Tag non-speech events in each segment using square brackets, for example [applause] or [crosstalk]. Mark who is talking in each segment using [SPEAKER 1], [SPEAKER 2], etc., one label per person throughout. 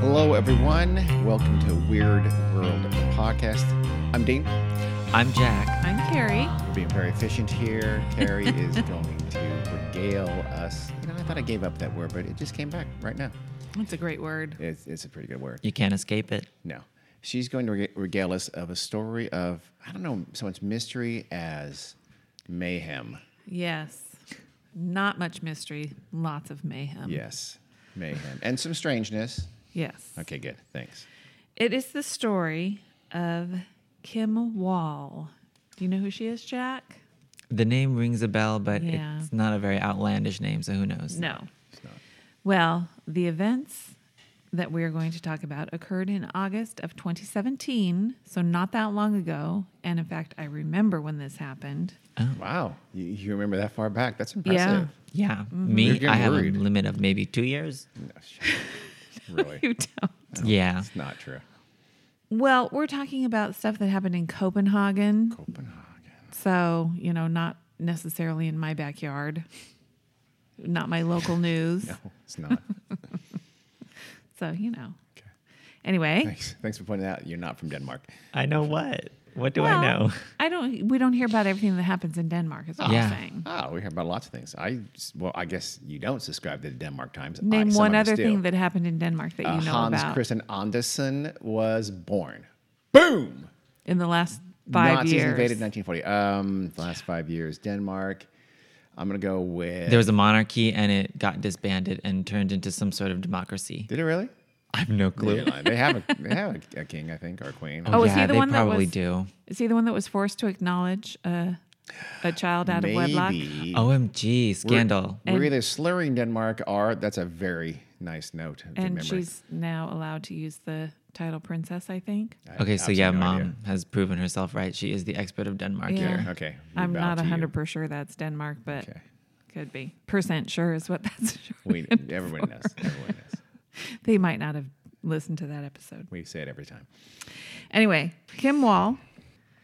[SPEAKER 1] Hello, everyone. Welcome to Weird World of the Podcast. I'm Dean.
[SPEAKER 2] I'm Jack.
[SPEAKER 3] I'm Carrie.
[SPEAKER 1] We're being very efficient here. Carrie [laughs] is going to regale us. You know, I thought I gave up that word, but it just came back right now.
[SPEAKER 3] That's a great word.
[SPEAKER 1] It's, it's a pretty good word.
[SPEAKER 2] You can't escape it.
[SPEAKER 1] No. She's going to rega- regale us of a story of, I don't know, so much mystery as mayhem.
[SPEAKER 3] Yes. Not much mystery, lots of mayhem.
[SPEAKER 1] Yes, mayhem. And some strangeness.
[SPEAKER 3] Yes.
[SPEAKER 1] Okay, good. Thanks.
[SPEAKER 3] It is the story of Kim Wall. Do you know who she is, Jack?
[SPEAKER 2] The name rings a bell, but
[SPEAKER 3] Yeah.
[SPEAKER 2] it's not a very outlandish name, so who knows?
[SPEAKER 3] No.
[SPEAKER 1] It's not.
[SPEAKER 3] Well, the events that we're going to talk about occurred in August of 2017, so not that long ago. And in fact, I remember when this happened.
[SPEAKER 1] Wow. You, you remember that far back. That's impressive.
[SPEAKER 2] Yeah,
[SPEAKER 1] You're
[SPEAKER 2] me,
[SPEAKER 1] getting
[SPEAKER 2] I have
[SPEAKER 1] worried.
[SPEAKER 2] a limit of maybe two years.
[SPEAKER 1] No, shut up. [laughs] really.
[SPEAKER 3] [laughs]
[SPEAKER 1] [laughs]
[SPEAKER 3] You don't.
[SPEAKER 2] Yeah,
[SPEAKER 1] It's not true.
[SPEAKER 3] Well, we're talking about stuff that happened in Copenhagen.
[SPEAKER 1] Copenhagen.
[SPEAKER 3] So, you know, not necessarily in my backyard, not my
[SPEAKER 1] [laughs]
[SPEAKER 3] local news. [laughs]
[SPEAKER 1] No, it's not.
[SPEAKER 3] So, you know.
[SPEAKER 1] Okay.
[SPEAKER 3] Anyway,
[SPEAKER 1] Thanks. Thanks for pointing out you're not from Denmark.
[SPEAKER 2] I know what. What do
[SPEAKER 3] well,
[SPEAKER 2] I know?
[SPEAKER 3] I don't. We don't hear about everything that happens in Denmark. Is all
[SPEAKER 2] Yeah.
[SPEAKER 3] I'm saying.
[SPEAKER 1] Oh, we hear about lots of things. I s- well, I guess you don't subscribe to the Denmark Times.
[SPEAKER 3] Name
[SPEAKER 1] I, some
[SPEAKER 3] one
[SPEAKER 1] of us
[SPEAKER 3] other
[SPEAKER 1] do.
[SPEAKER 3] thing that happened in Denmark that
[SPEAKER 1] Uh,
[SPEAKER 3] you know
[SPEAKER 1] Hans
[SPEAKER 3] about
[SPEAKER 1] Christian Andersen was born. Boom.
[SPEAKER 3] in the last five
[SPEAKER 1] Nazis
[SPEAKER 3] years.
[SPEAKER 1] invaded 1940. Um, the last five years, Denmark. I'm gonna go with.
[SPEAKER 2] [laughs] There was a monarchy, and it got disbanded and turned into some sort of democracy.
[SPEAKER 1] Did it really?
[SPEAKER 2] I have no
[SPEAKER 1] They
[SPEAKER 2] clue.
[SPEAKER 1] have a they have a, a king, I think, or a queen.
[SPEAKER 3] Oh, is
[SPEAKER 2] yeah,
[SPEAKER 3] he the
[SPEAKER 2] they
[SPEAKER 3] one that
[SPEAKER 2] probably
[SPEAKER 3] was-
[SPEAKER 2] do.
[SPEAKER 3] Is he the one that was forced to acknowledge a, a child out of wedlock? Oh.
[SPEAKER 1] Maybe.
[SPEAKER 2] OMG, scandal.
[SPEAKER 1] We're either slurring Denmark or that's a very nice note. to
[SPEAKER 3] And
[SPEAKER 1] remember.
[SPEAKER 3] she's now allowed to use the title princess. I think.
[SPEAKER 1] I
[SPEAKER 2] Okay,
[SPEAKER 1] have
[SPEAKER 2] so yeah,
[SPEAKER 1] absolutely no
[SPEAKER 2] mom
[SPEAKER 1] idea.
[SPEAKER 2] has proven herself right. She is the expert of Denmark
[SPEAKER 3] Yeah.
[SPEAKER 2] here.
[SPEAKER 1] Okay. we
[SPEAKER 3] I'm
[SPEAKER 1] bow
[SPEAKER 3] not
[SPEAKER 1] to you.
[SPEAKER 3] 100% sure that's Denmark, but
[SPEAKER 1] Okay.
[SPEAKER 3] could be. Percent sure is what [laughs] that's. Sure.
[SPEAKER 1] We, everyone knows. Everyone knows.
[SPEAKER 3] They might not have listened to that episode.
[SPEAKER 1] We say it every time.
[SPEAKER 3] Anyway, Kim Wall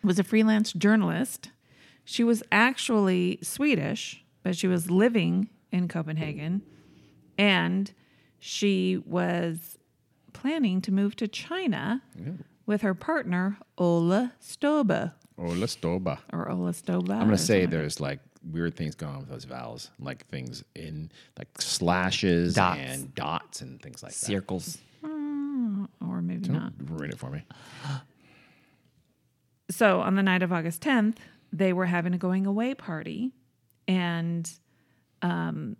[SPEAKER 3] was a freelance journalist. She was actually Swedish, but she was living in Copenhagen and she was planning to move to China with her partner Ola Stoba
[SPEAKER 1] Ola Stoba.
[SPEAKER 3] or Ola Stoba.
[SPEAKER 1] I'm going to say there's like weird things going on with those vowels, like things in like slashes
[SPEAKER 2] Dots.
[SPEAKER 1] and dots and things like that.
[SPEAKER 2] Circles.
[SPEAKER 3] or maybe not.
[SPEAKER 1] Ruin it for me.
[SPEAKER 3] so on the night of August 10th, they were having a going away party, and um,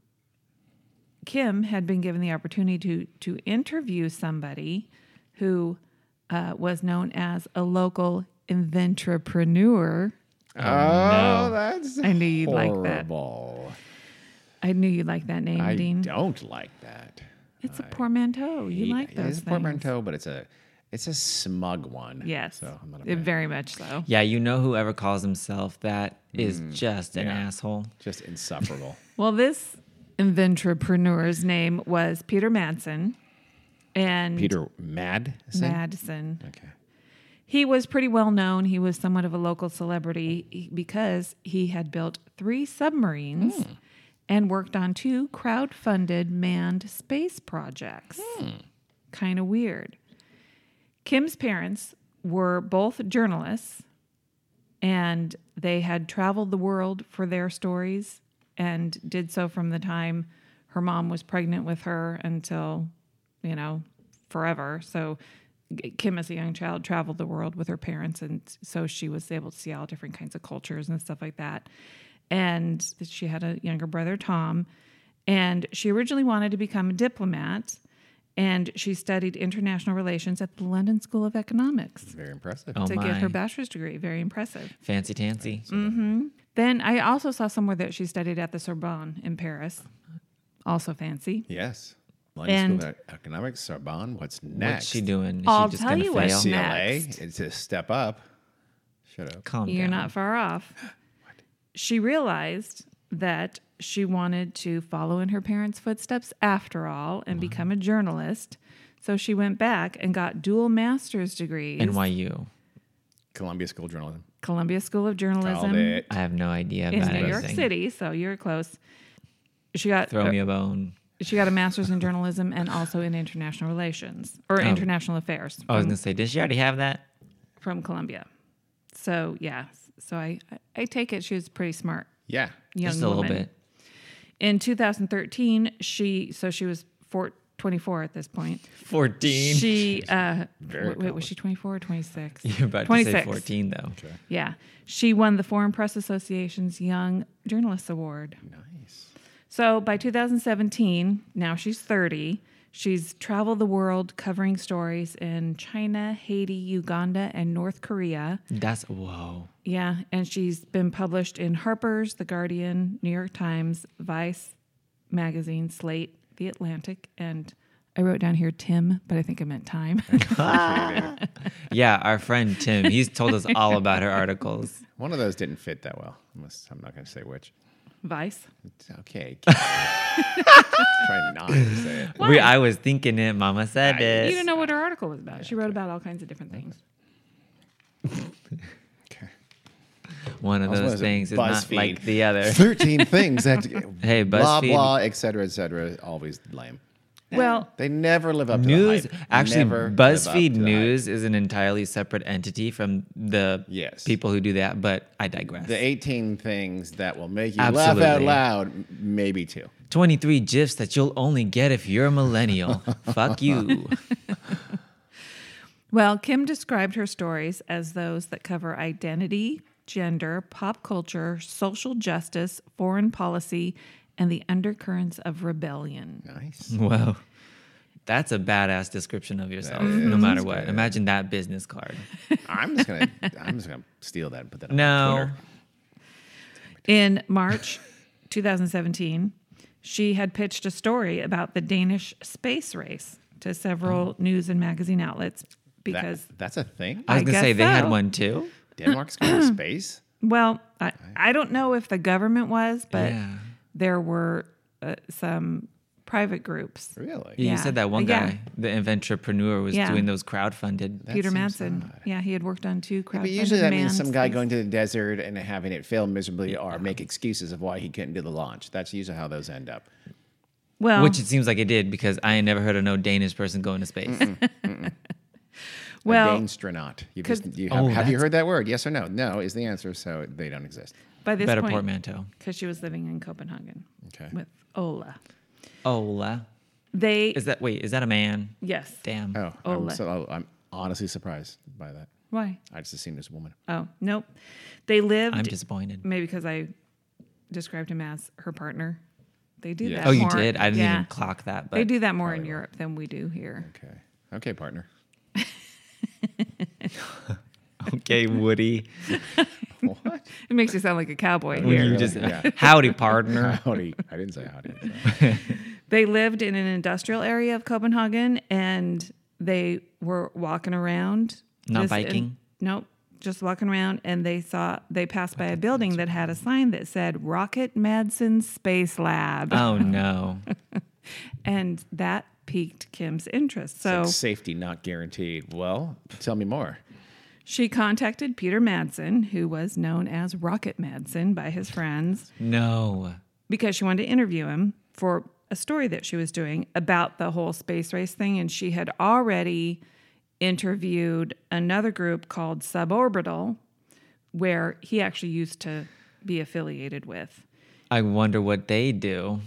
[SPEAKER 3] Kim had been given the opportunity to to interview somebody who uh, was known as a local inventrepreneur.
[SPEAKER 1] Oh, that's
[SPEAKER 3] I knew you'd like that.
[SPEAKER 1] horrible.
[SPEAKER 3] I knew you'd like that name,
[SPEAKER 1] I
[SPEAKER 3] Dean.
[SPEAKER 1] don't like that.
[SPEAKER 3] It's a portmanteau. You
[SPEAKER 1] Yeah,
[SPEAKER 3] like those
[SPEAKER 1] It's a
[SPEAKER 3] things.
[SPEAKER 1] portmanteau, but it's a it's a smug one.
[SPEAKER 3] Yes,
[SPEAKER 1] So I'm not a
[SPEAKER 3] It-
[SPEAKER 1] fan.
[SPEAKER 3] very much so.
[SPEAKER 2] Yeah, you know whoever calls himself that is just an
[SPEAKER 1] Mm. yeah.
[SPEAKER 2] asshole.
[SPEAKER 1] just
[SPEAKER 3] [laughs]
[SPEAKER 1] insufferable.
[SPEAKER 3] Well, this inventorpreneur's name was Peter Madsen, and
[SPEAKER 1] Peter Mad.
[SPEAKER 3] Madsen.
[SPEAKER 1] Okay.
[SPEAKER 3] He was pretty well known. He was somewhat of a local celebrity because he had built three submarines and worked on two crowdfunded manned space projects. Kind of weird. Kim's parents were both journalists and they had traveled the world for their stories and did so from the time her mom was pregnant with her until, you know, forever. So G- Kim, as a young child, traveled the world with her parents. And so she was able to see all different kinds of cultures and stuff like that. And she had a younger brother, Tom. And she originally wanted to become a diplomat. And she studied international relations at the London School of Economics
[SPEAKER 1] Very impressive.
[SPEAKER 2] Oh
[SPEAKER 3] to
[SPEAKER 2] my.
[SPEAKER 3] get her bachelor's degree. Very impressive.
[SPEAKER 2] Fancy Tansy.
[SPEAKER 3] Then I also saw somewhere that she studied at the Sorbonne in Paris. Also fancy.
[SPEAKER 1] Yes. London School
[SPEAKER 3] And-
[SPEAKER 1] of Economics, Sorbonne. What's
[SPEAKER 2] What's
[SPEAKER 1] next?
[SPEAKER 2] she doing? Is
[SPEAKER 3] I'll
[SPEAKER 2] she just
[SPEAKER 3] tell
[SPEAKER 2] gonna
[SPEAKER 3] you what
[SPEAKER 2] fail?
[SPEAKER 3] she-
[SPEAKER 1] CLA.
[SPEAKER 3] Next.
[SPEAKER 1] It's a step up. Shut up.
[SPEAKER 2] Calm
[SPEAKER 3] You're
[SPEAKER 2] down.
[SPEAKER 3] not far off. She realized that she wanted to follow in her parents' footsteps after all and
[SPEAKER 2] Mm-hmm.
[SPEAKER 3] become a journalist. So she went back and got dual master's degrees
[SPEAKER 2] NYU.
[SPEAKER 1] Columbia School of Journalism.
[SPEAKER 3] Columbia School of
[SPEAKER 1] Called
[SPEAKER 3] Journalism in
[SPEAKER 1] it.
[SPEAKER 2] I have no idea
[SPEAKER 3] New
[SPEAKER 2] about anything.
[SPEAKER 3] York City. So you're close. She got
[SPEAKER 2] Throw me a bone.
[SPEAKER 3] She got a master's in journalism and also in international relations or
[SPEAKER 2] Oh.
[SPEAKER 3] international affairs
[SPEAKER 2] I was gonna say, did she already have that?
[SPEAKER 3] from Columbia. So yeah, so I I- I take it she was pretty smart
[SPEAKER 1] Yeah.
[SPEAKER 3] young
[SPEAKER 2] Just a little
[SPEAKER 3] woman.
[SPEAKER 2] bit.
[SPEAKER 3] In 2013, she so she was four, 24 at this point.
[SPEAKER 2] Fourteen.
[SPEAKER 3] She uh, wait, wait, was she 24 or
[SPEAKER 2] [laughs]
[SPEAKER 3] 26?
[SPEAKER 2] You're about to say
[SPEAKER 3] 26.
[SPEAKER 2] fourteen though.
[SPEAKER 3] Yeah, she won the Foreign Press Association's Young Journalist Award.
[SPEAKER 1] Nice.
[SPEAKER 3] So by 2017, now she's 30. She's traveled the world covering stories in China, Haiti, Uganda, and North Korea.
[SPEAKER 2] That's whoa.
[SPEAKER 3] Yeah, and she's been published in Harper's, The Guardian, New York Times, Vice magazine, Slate, The Atlantic, and I wrote down here Tim, but I think I meant Time.
[SPEAKER 2] Yeah, our friend Tim, he's told us all about her
[SPEAKER 3] [laughs]
[SPEAKER 2] articles.
[SPEAKER 1] One of those didn't fit that well. I must- I'm not going to say which.
[SPEAKER 3] [laughs] Vice.
[SPEAKER 1] It's okay. [laughs] keep it. Try not to say it.
[SPEAKER 2] We, I was thinking it. Mama said it.
[SPEAKER 3] You didn't know what her article was about. She wrote about all kinds of different things.
[SPEAKER 1] Okay.
[SPEAKER 2] One of
[SPEAKER 1] was
[SPEAKER 2] those
[SPEAKER 1] gonna say
[SPEAKER 2] things is not
[SPEAKER 1] BuzzFeed.
[SPEAKER 2] like the
[SPEAKER 1] [laughs]
[SPEAKER 2] other.
[SPEAKER 1] 13 things
[SPEAKER 2] [laughs]
[SPEAKER 1] that.
[SPEAKER 2] Hey,
[SPEAKER 1] Blah,
[SPEAKER 2] BuzzFeed.
[SPEAKER 1] blah, et cetera, et cetera. Always lame.
[SPEAKER 3] Well,
[SPEAKER 1] They never live up to
[SPEAKER 2] News
[SPEAKER 1] the hype.
[SPEAKER 2] actually
[SPEAKER 1] Never live up
[SPEAKER 2] BuzzFeed
[SPEAKER 1] to the hype.
[SPEAKER 2] News is an entirely separate entity from the
[SPEAKER 1] Yes.
[SPEAKER 2] people who do that, but I digress.
[SPEAKER 1] The 18 things that will make you laugh out
[SPEAKER 2] Absolutely.
[SPEAKER 1] loud, m- maybe two.
[SPEAKER 2] 23 gifs that you'll only get if you're
[SPEAKER 1] [laughs]
[SPEAKER 2] a millennial. Fuck you.
[SPEAKER 3] Well, Kim described her stories as those that cover identity, gender, pop culture, social justice, foreign policy, and the undercurrents of rebellion.
[SPEAKER 1] Nice.
[SPEAKER 2] Wow. That's a badass description of yourself, no matter what. Imagine that business card.
[SPEAKER 1] I'm just gonna I'm just gonna steal that and put that on my
[SPEAKER 2] No.
[SPEAKER 1] Twitter.
[SPEAKER 3] In March [laughs] 2017, she had pitched a story about the Danish space race to several news and magazine outlets
[SPEAKER 1] Oh. That-
[SPEAKER 3] because,
[SPEAKER 1] that's a thing.
[SPEAKER 2] I was
[SPEAKER 3] I
[SPEAKER 2] gonna say
[SPEAKER 3] guess
[SPEAKER 2] they
[SPEAKER 3] so.
[SPEAKER 2] had one too.
[SPEAKER 1] Denmark's going to space.
[SPEAKER 3] well, I, I don't know if the government was, but
[SPEAKER 2] Yeah.
[SPEAKER 3] there were uh, some private groups.
[SPEAKER 1] Really?
[SPEAKER 2] You
[SPEAKER 3] Yeah.
[SPEAKER 2] said that one
[SPEAKER 3] Yeah.
[SPEAKER 2] guy, the entrepreneur, was
[SPEAKER 3] Yeah.
[SPEAKER 2] doing those crowdfunded.
[SPEAKER 3] Peter
[SPEAKER 1] seems
[SPEAKER 3] Madsen. Yeah, he had worked on two crowdfunded
[SPEAKER 1] But usually that means
[SPEAKER 3] man
[SPEAKER 1] some guy
[SPEAKER 3] space-
[SPEAKER 1] going to the desert and having it fail miserably or make excuses of why he couldn't do the launch. That's usually how those end up.
[SPEAKER 3] Well,
[SPEAKER 2] Which it seems like it did because I ain't never heard of no Danish person going to space.
[SPEAKER 1] a
[SPEAKER 3] well,
[SPEAKER 1] Danestronaut. You just,
[SPEAKER 3] 'cause-
[SPEAKER 1] you have,
[SPEAKER 2] Oh,
[SPEAKER 1] have you
[SPEAKER 2] that's-
[SPEAKER 1] heard that word? Yes or no? No is the answer, so they don't exist.
[SPEAKER 3] by this
[SPEAKER 2] Better
[SPEAKER 3] point,
[SPEAKER 2] portmanteau.
[SPEAKER 3] because she was living in Copenhagen
[SPEAKER 1] Okay.
[SPEAKER 3] with Ola.
[SPEAKER 2] Ola.
[SPEAKER 3] They
[SPEAKER 2] Is that wait, is that a man?
[SPEAKER 3] yes.
[SPEAKER 2] Damn.
[SPEAKER 1] Oh, I'm,
[SPEAKER 3] Ole.
[SPEAKER 1] so, I'm honestly surprised by that.
[SPEAKER 3] Why?
[SPEAKER 1] I just assumed it's a woman.
[SPEAKER 3] Oh nope. They lived.
[SPEAKER 2] I'm disappointed.
[SPEAKER 3] maybe because I described him as her partner. They do
[SPEAKER 1] Yeah.
[SPEAKER 3] that.
[SPEAKER 2] Oh, you
[SPEAKER 3] more-
[SPEAKER 2] did? I didn't
[SPEAKER 3] yeah.
[SPEAKER 2] even clock that,
[SPEAKER 3] They
[SPEAKER 2] but
[SPEAKER 3] do that more in Europe than we do here.
[SPEAKER 1] Okay. Okay, partner.
[SPEAKER 2] [laughs]
[SPEAKER 1] [laughs]
[SPEAKER 2] okay, Woody.
[SPEAKER 1] What?
[SPEAKER 3] It makes you sound like a cowboy
[SPEAKER 2] When
[SPEAKER 3] here.
[SPEAKER 2] you just
[SPEAKER 1] Yeah.
[SPEAKER 2] [laughs]
[SPEAKER 1] [laughs]
[SPEAKER 2] howdy partner.
[SPEAKER 1] howdy. I didn't say howdy.
[SPEAKER 3] They lived in an industrial area of Copenhagen and they were walking around.
[SPEAKER 2] Not
[SPEAKER 3] this- and-
[SPEAKER 2] biking?
[SPEAKER 3] nope. Just walking around and they saw, they passed by a building that had a sign that said Rocket Madsen Space Lab.
[SPEAKER 2] Oh no.
[SPEAKER 3] And that piqued Kim's interest. So
[SPEAKER 1] Safety not guaranteed. Well, tell me more.
[SPEAKER 3] she contacted Peter Madsen, who was known as Rocket Madsen by his friends,
[SPEAKER 2] No.
[SPEAKER 3] because she wanted to interview him for a story that she was doing about the whole space race thing. And she had already interviewed another group called Suborbital, where he actually used to be affiliated with. [laughs]
[SPEAKER 2] I wonder what they do.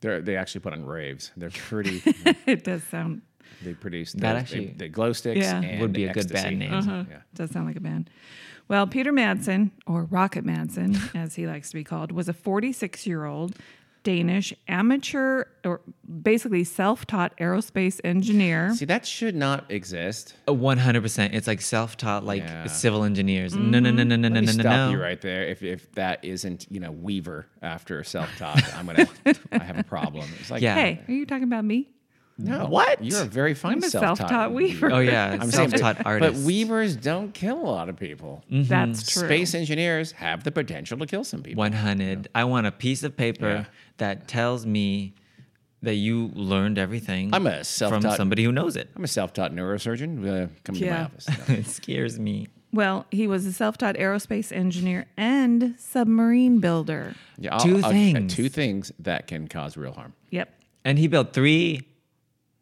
[SPEAKER 1] They're, they actually put on raves. They're
[SPEAKER 2] [laughs]
[SPEAKER 1] pretty.
[SPEAKER 3] it does sound
[SPEAKER 1] they produce
[SPEAKER 2] That
[SPEAKER 1] those-
[SPEAKER 2] actually
[SPEAKER 1] they, they glow sticks.
[SPEAKER 3] Yeah.
[SPEAKER 1] and
[SPEAKER 2] Would be a good bad
[SPEAKER 1] ecstasy.
[SPEAKER 2] name. Uh-huh.
[SPEAKER 1] Yeah.
[SPEAKER 3] does sound like a band. Well, Peter Madsen, or Rocket Madsen, [laughs] as he likes to be called, was a 46 year old Danish amateur or basically self taught aerospace engineer.
[SPEAKER 1] See, that should not exist.
[SPEAKER 2] Uh, One hundred percent. It's like self-taught, like
[SPEAKER 1] Yeah. Mm-hmm.
[SPEAKER 2] civil engineers. No, no, no, no, no,
[SPEAKER 1] Let
[SPEAKER 2] no,
[SPEAKER 1] me
[SPEAKER 2] no,
[SPEAKER 1] stop
[SPEAKER 2] no.
[SPEAKER 1] you right there. If, if that isn't you know Weaver after self talk, I'm gonna [laughs] I have a problem. It's like
[SPEAKER 2] Yeah.
[SPEAKER 3] Hey, are you talking about me?
[SPEAKER 1] no,
[SPEAKER 2] What?
[SPEAKER 1] You're a very fine
[SPEAKER 3] I'm a
[SPEAKER 1] self
[SPEAKER 3] self-taught weaver.
[SPEAKER 2] Oh yeah,
[SPEAKER 1] [laughs] I'm saying, but-
[SPEAKER 2] self-taught Mm,
[SPEAKER 1] But
[SPEAKER 2] artists.
[SPEAKER 1] weavers don't kill a lot of people.
[SPEAKER 3] That's true.
[SPEAKER 1] Mm-hmm. Space engineers have the potential to kill some people.
[SPEAKER 2] one hundred. I want a piece of paper
[SPEAKER 1] Yeah.
[SPEAKER 2] that tells me that you learned everything.
[SPEAKER 1] I'm a
[SPEAKER 2] from
[SPEAKER 1] self-taught-
[SPEAKER 2] somebody who knows it. [laughs]
[SPEAKER 1] I'm a self-taught neurosurgeon. Uh, come to my
[SPEAKER 3] Yeah.
[SPEAKER 1] office.
[SPEAKER 2] it scares me.
[SPEAKER 3] Well, he was a self taught aerospace engineer and submarine builder.
[SPEAKER 1] Yeah, I'll-
[SPEAKER 2] Two
[SPEAKER 1] I'll- uh,
[SPEAKER 2] things.
[SPEAKER 1] Two things that can cause real harm.
[SPEAKER 3] Yep.
[SPEAKER 2] And he built three.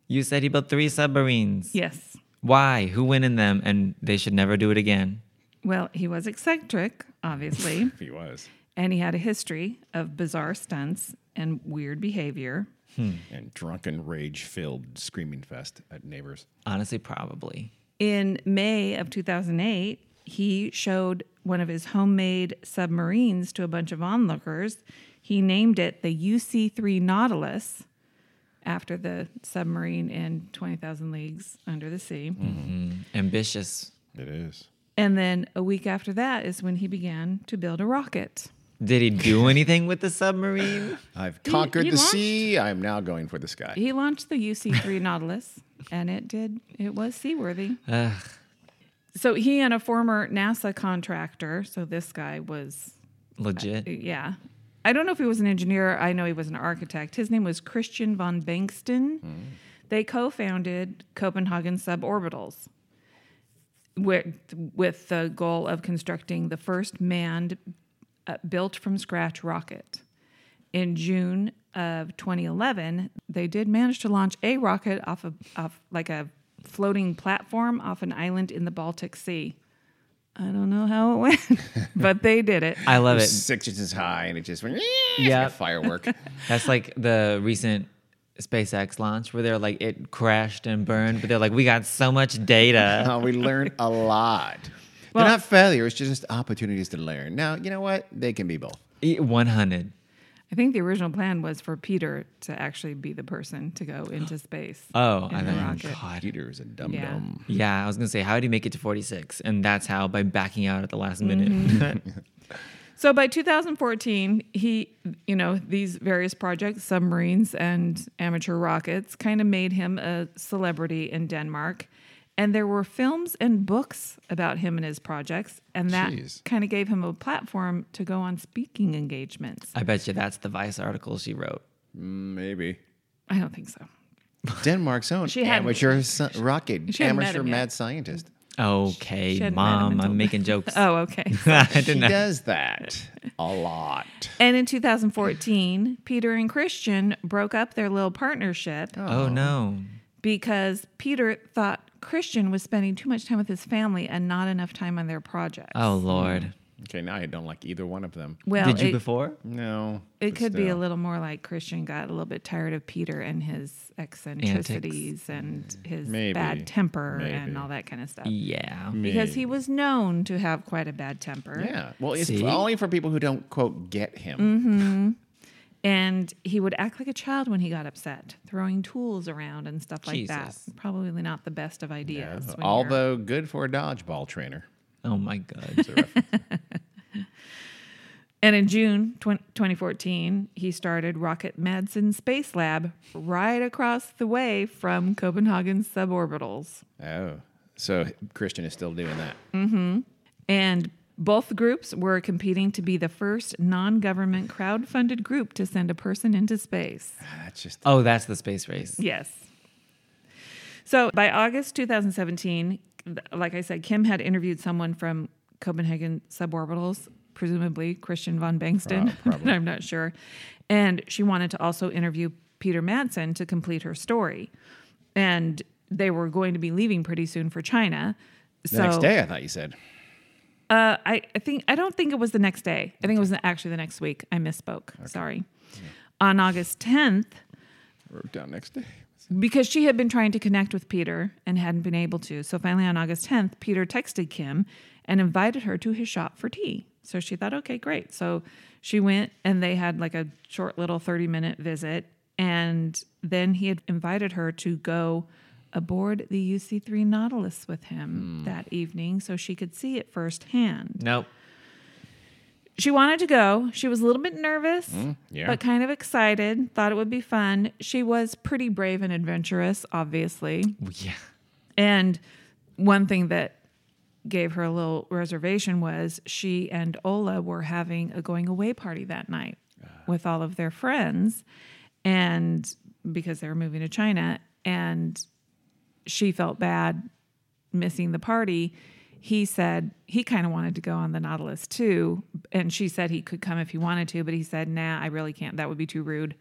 [SPEAKER 2] You said he built three submarines.
[SPEAKER 3] Yes.
[SPEAKER 2] Why? Who went in them? And they should never do it again.
[SPEAKER 3] Well, he was eccentric,
[SPEAKER 1] [laughs]
[SPEAKER 3] obviously,
[SPEAKER 1] He was.
[SPEAKER 3] and he had a history of bizarre stunts and weird behavior.
[SPEAKER 1] And drunken, rage filled screaming fest at neighbors.
[SPEAKER 2] Honestly, probably.
[SPEAKER 3] In May of 2008, he showed one of his homemade submarines to a bunch of onlookers. He named it the UC 3 Nautilus after the submarine in 20,000 Leagues Under the Sea.
[SPEAKER 2] Ambitious.
[SPEAKER 1] It is.
[SPEAKER 3] And then a week after that is when he began to build a rocket.
[SPEAKER 2] Did he
[SPEAKER 3] [laughs]
[SPEAKER 2] do anything with the submarine?
[SPEAKER 1] I've conquered
[SPEAKER 3] he
[SPEAKER 1] the
[SPEAKER 3] launched-
[SPEAKER 1] sea. I'm now going for the sky.
[SPEAKER 3] He launched the UC 3 Nautilus, and it did, it was seaworthy.
[SPEAKER 2] Ugh.
[SPEAKER 3] So he and a former NASA contractor, so this guy was
[SPEAKER 2] Legit.
[SPEAKER 3] Yeah. I don't know if he was an engineer. I know he was an architect. His name was Christian von Bengsten. They co founded Copenhagen Suborbitals with, with the goal of constructing the first manned, uh, built from scratch rocket. In June of 2011, they did manage to launch a rocket off of off like a floating platform off an island in the Baltic Sea. I don't know how it went, [laughs] but they did it.
[SPEAKER 2] I love it.
[SPEAKER 1] Six inches high, and it just went. "Eh," Yeah,
[SPEAKER 2] Yeah.
[SPEAKER 1] firework.
[SPEAKER 2] That's like the recent SpaceX launch where they're like, it crashed and burned, but they're like, we got so much data.
[SPEAKER 1] Uh, we learned
[SPEAKER 3] [laughs]
[SPEAKER 1] a lot.
[SPEAKER 3] Well-
[SPEAKER 1] They're not failures, just opportunities to learn. Now, you know what? They can be both.
[SPEAKER 2] E- 100.
[SPEAKER 3] I think the original plan was for Peter to actually be the person to go into space.
[SPEAKER 2] Oh,
[SPEAKER 3] in
[SPEAKER 2] I
[SPEAKER 3] the
[SPEAKER 2] mean,
[SPEAKER 3] rocket.
[SPEAKER 2] God.
[SPEAKER 1] Peter is a dum
[SPEAKER 3] Yeah.
[SPEAKER 1] dum.
[SPEAKER 2] Yeah, I was gonna say, how did he make it to 46? And that's how by backing out at the last minute.
[SPEAKER 3] Mm-hmm. So by 2014, he, you know, these various projects, submarines and amateur rockets, kind of made him a celebrity in Denmark. And there were films and books about him and his projects, and that
[SPEAKER 1] Jeez.
[SPEAKER 3] kind of gave him a platform to go on speaking engagements.
[SPEAKER 2] [laughs] I bet you that's the Vice article she wrote.
[SPEAKER 1] Maybe.
[SPEAKER 3] I don't think so.
[SPEAKER 1] Denmark's own
[SPEAKER 3] She hadn't-
[SPEAKER 1] amateur si- rocket,
[SPEAKER 3] she hadn't met
[SPEAKER 1] amateur
[SPEAKER 3] him yet.
[SPEAKER 1] mad
[SPEAKER 3] [laughs]
[SPEAKER 1] scientist.
[SPEAKER 2] Okay,
[SPEAKER 3] She hadn't met him
[SPEAKER 2] mom,
[SPEAKER 3] until-
[SPEAKER 2] I'm [laughs] making jokes.
[SPEAKER 3] Oh, okay.
[SPEAKER 2] I didn't
[SPEAKER 1] She
[SPEAKER 2] know.
[SPEAKER 1] does that a lot.
[SPEAKER 3] and in 2014, Peter and Christian broke up their little partnership.
[SPEAKER 2] Oh no.
[SPEAKER 3] because Peter thought Christian was spending too much time with his family and not enough time on their projects.
[SPEAKER 2] Oh lord.
[SPEAKER 1] Okay, now I don't like either one of them.
[SPEAKER 3] well,
[SPEAKER 2] Did you
[SPEAKER 3] it,
[SPEAKER 2] before?
[SPEAKER 1] No.
[SPEAKER 3] it
[SPEAKER 1] but
[SPEAKER 3] could be a
[SPEAKER 1] still.
[SPEAKER 3] little more like Christian got a little bit tired of Peter and his eccentricities and his
[SPEAKER 1] Maybe.
[SPEAKER 3] bad temper
[SPEAKER 1] Maybe.
[SPEAKER 3] and all that kind of stuff.
[SPEAKER 2] Yeah.
[SPEAKER 3] Because he was known to have quite a bad temper.
[SPEAKER 1] Yeah. Well, it's
[SPEAKER 2] See?
[SPEAKER 1] only for people who don't, quote, get him.
[SPEAKER 3] And he would act like a child when he got upset, throwing tools around and stuff like
[SPEAKER 2] Jesus.
[SPEAKER 3] that. Probably not the best of ideas. when you're-
[SPEAKER 1] Although good for a dodgeball trainer.
[SPEAKER 2] Oh my god.
[SPEAKER 1] It's a reference.
[SPEAKER 3] And in June 20- 2014, he started Rocket Medicine Space Lab right across the way from Copenhagen Suborbitals.
[SPEAKER 1] oh. So Christian is still doing that.
[SPEAKER 3] And both groups were competing to be the first non government crowd-funded group to send a person into space.
[SPEAKER 1] That's Ah, just
[SPEAKER 2] Oh, that's the space race.
[SPEAKER 3] Yes. So by August 2017, th- like I said, Kim had interviewed someone from Copenhagen Suborbitals, presumably Christian von Bengsten.
[SPEAKER 1] Prob- Uh, probably.
[SPEAKER 3] [laughs] I'm not sure. And she wanted to also interview Peter Madsen to complete her story. And they were going to be leaving pretty soon for China.
[SPEAKER 1] the
[SPEAKER 3] So
[SPEAKER 1] next day, I thought you said.
[SPEAKER 3] uh, I, I think I don't think it was the next day. I think it was actually the next week. I misspoke. Sorry. On August 10th,
[SPEAKER 1] Wrote down next day.
[SPEAKER 3] because she had been trying to connect with Peter and hadn't been able to. So finally, on August 10th, Peter texted Kim and invited her to his shop for tea. So she thought, okay, great. So she went and they had like a short little 30 minute visit. And then he had invited her to go aboard the UC 3 Nautilus with him that evening so she could see it firsthand.
[SPEAKER 2] Nope.
[SPEAKER 3] She wanted to go. She was a little bit nervous,
[SPEAKER 1] yeah.
[SPEAKER 3] but kind of excited, thought it would be fun. She was pretty brave and adventurous, obviously.
[SPEAKER 2] Yeah.
[SPEAKER 3] And one thing that gave her a little reservation was she and Ola were having a going away party that night with all of their friends. And because they were moving to China, and she felt bad missing the party. he said he kind of wanted to go on the Nautilus too. And she said he could come if he wanted to, but he said, nah, I really can't. That would be too rude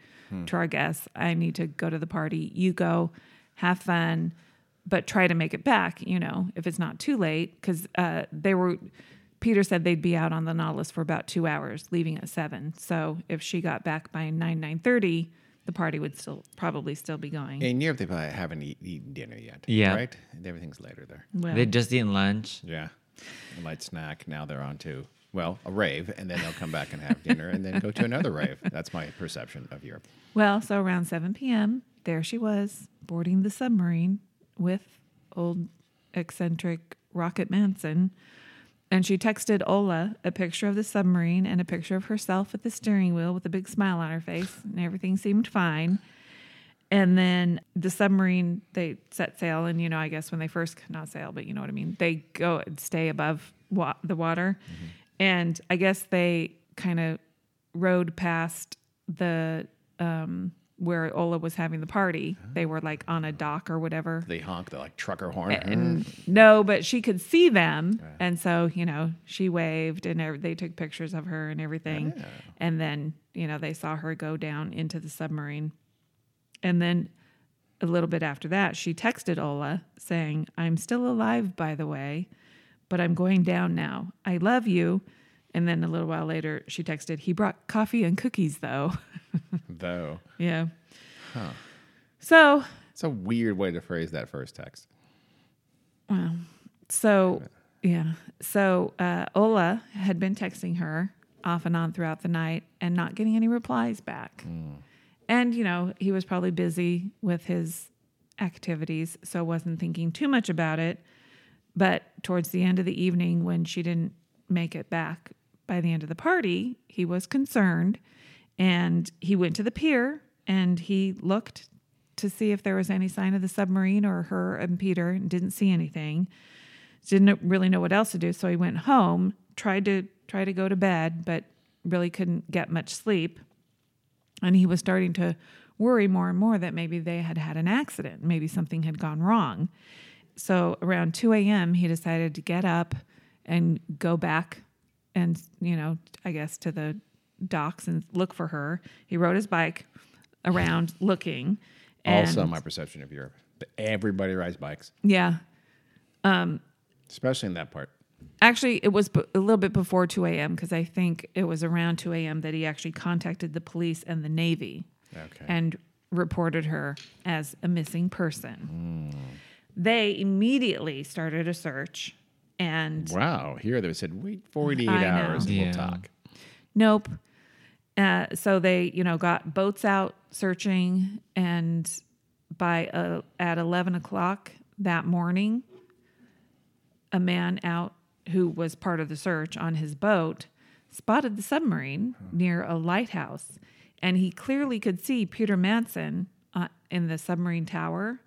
[SPEAKER 3] to our guests. I need to go to the party. You go, have fun, but try to make it back, you know, if it's not too late. Because uh, they were, Peter said they'd be out on the Nautilus for about two hours, leaving at seven. So if she got back by 9, 9.30, the party would still probably still be going.
[SPEAKER 1] In Europe, they probably haven't eat, eaten dinner yet.
[SPEAKER 2] Yeah.
[SPEAKER 1] Right? Everything's later there.
[SPEAKER 3] Well,
[SPEAKER 2] They'd just eaten lunch.
[SPEAKER 1] Yeah. A light snack. Now they're on to, well, a rave, and then they'll come back and have dinner and then go to another rave. That's my perception of Europe.
[SPEAKER 3] Well, so around 7 p.m., there she was boarding the submarine with old eccentric Rocket Manson. And she texted Ola a picture of the submarine and a picture of herself at the steering wheel with a big smile on her face, and everything seemed fine. And then the submarine, they set sail, and you know, I guess when they first not sail, but you know what I mean. They go and stay above wa- the water, and I guess they kind of rode past the um, where Ola was having the party. They were like on a dock or whatever,
[SPEAKER 1] They honk the like trucker horn.
[SPEAKER 3] Eh, and no, but she could see them, and so you know she waved, and ev- they took pictures of her and everything, and then you know they saw her go down into the submarine, and then a little bit after that, she texted Ola saying, "I'm still alive, by the way, but I'm going down now. I love you." And then a little while later, she texted, "He brought coffee and cookies, though." [laughs]
[SPEAKER 1] Though.
[SPEAKER 3] yeah. So
[SPEAKER 1] It's a weird way to phrase that first text.
[SPEAKER 3] So yeah, so uh, Ola had been texting her off and on throughout the night and not getting any replies back. And you know he was probably busy with his activities, so wasn't thinking too much about it. But towards the end of the evening, when she didn't make it back by the end of the party, he was concerned, and he went to the pier and he looked to see if there was any sign of the submarine or her and Peter, and didn't see anything didn't really know what else to do so he went home tried to try to go to bed but really couldn't get much sleep and he was starting to worry more and more that maybe they had had an accident maybe something had gone wrong so around 2 a.m he decided to get up and go back and you know i guess to the docks and look for her he rode his bike around looking and
[SPEAKER 1] also, my perception of Europe. Everybody rides bikes,
[SPEAKER 3] yeah
[SPEAKER 1] especially in that part.
[SPEAKER 3] Actually, it was b- a little bit before 2 a.m. because I think it was around 2 a.m. that he actually contacted the police and the Navy
[SPEAKER 1] Okay.
[SPEAKER 3] and reported her as a missing person. They immediately started a search and
[SPEAKER 1] wow. Here they said, wait 48
[SPEAKER 3] I know.
[SPEAKER 1] hours and
[SPEAKER 2] Yeah.
[SPEAKER 1] we'll talk.
[SPEAKER 3] Nope. Uh, so they, you know, got boats out searching, and by uh, at eleven o'clock that morning, a man out who was part of the search on his boat spotted the submarine near a lighthouse, and he clearly could see Peter Manson uh, in the submarine tower.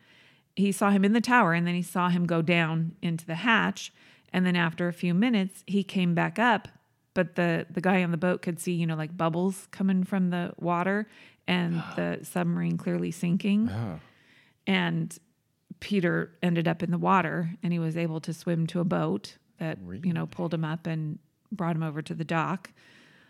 [SPEAKER 3] He saw him in the tower, and then he saw him go down into the hatch. And then after a few minutes, he came back up, but the the guy on the boat could see, you know, like bubbles coming from the water, and the submarine clearly sinking
[SPEAKER 1] Oh.
[SPEAKER 3] and Peter ended up in the water and he was able to swim to a boat that you know pulled him up and brought him over to the dock.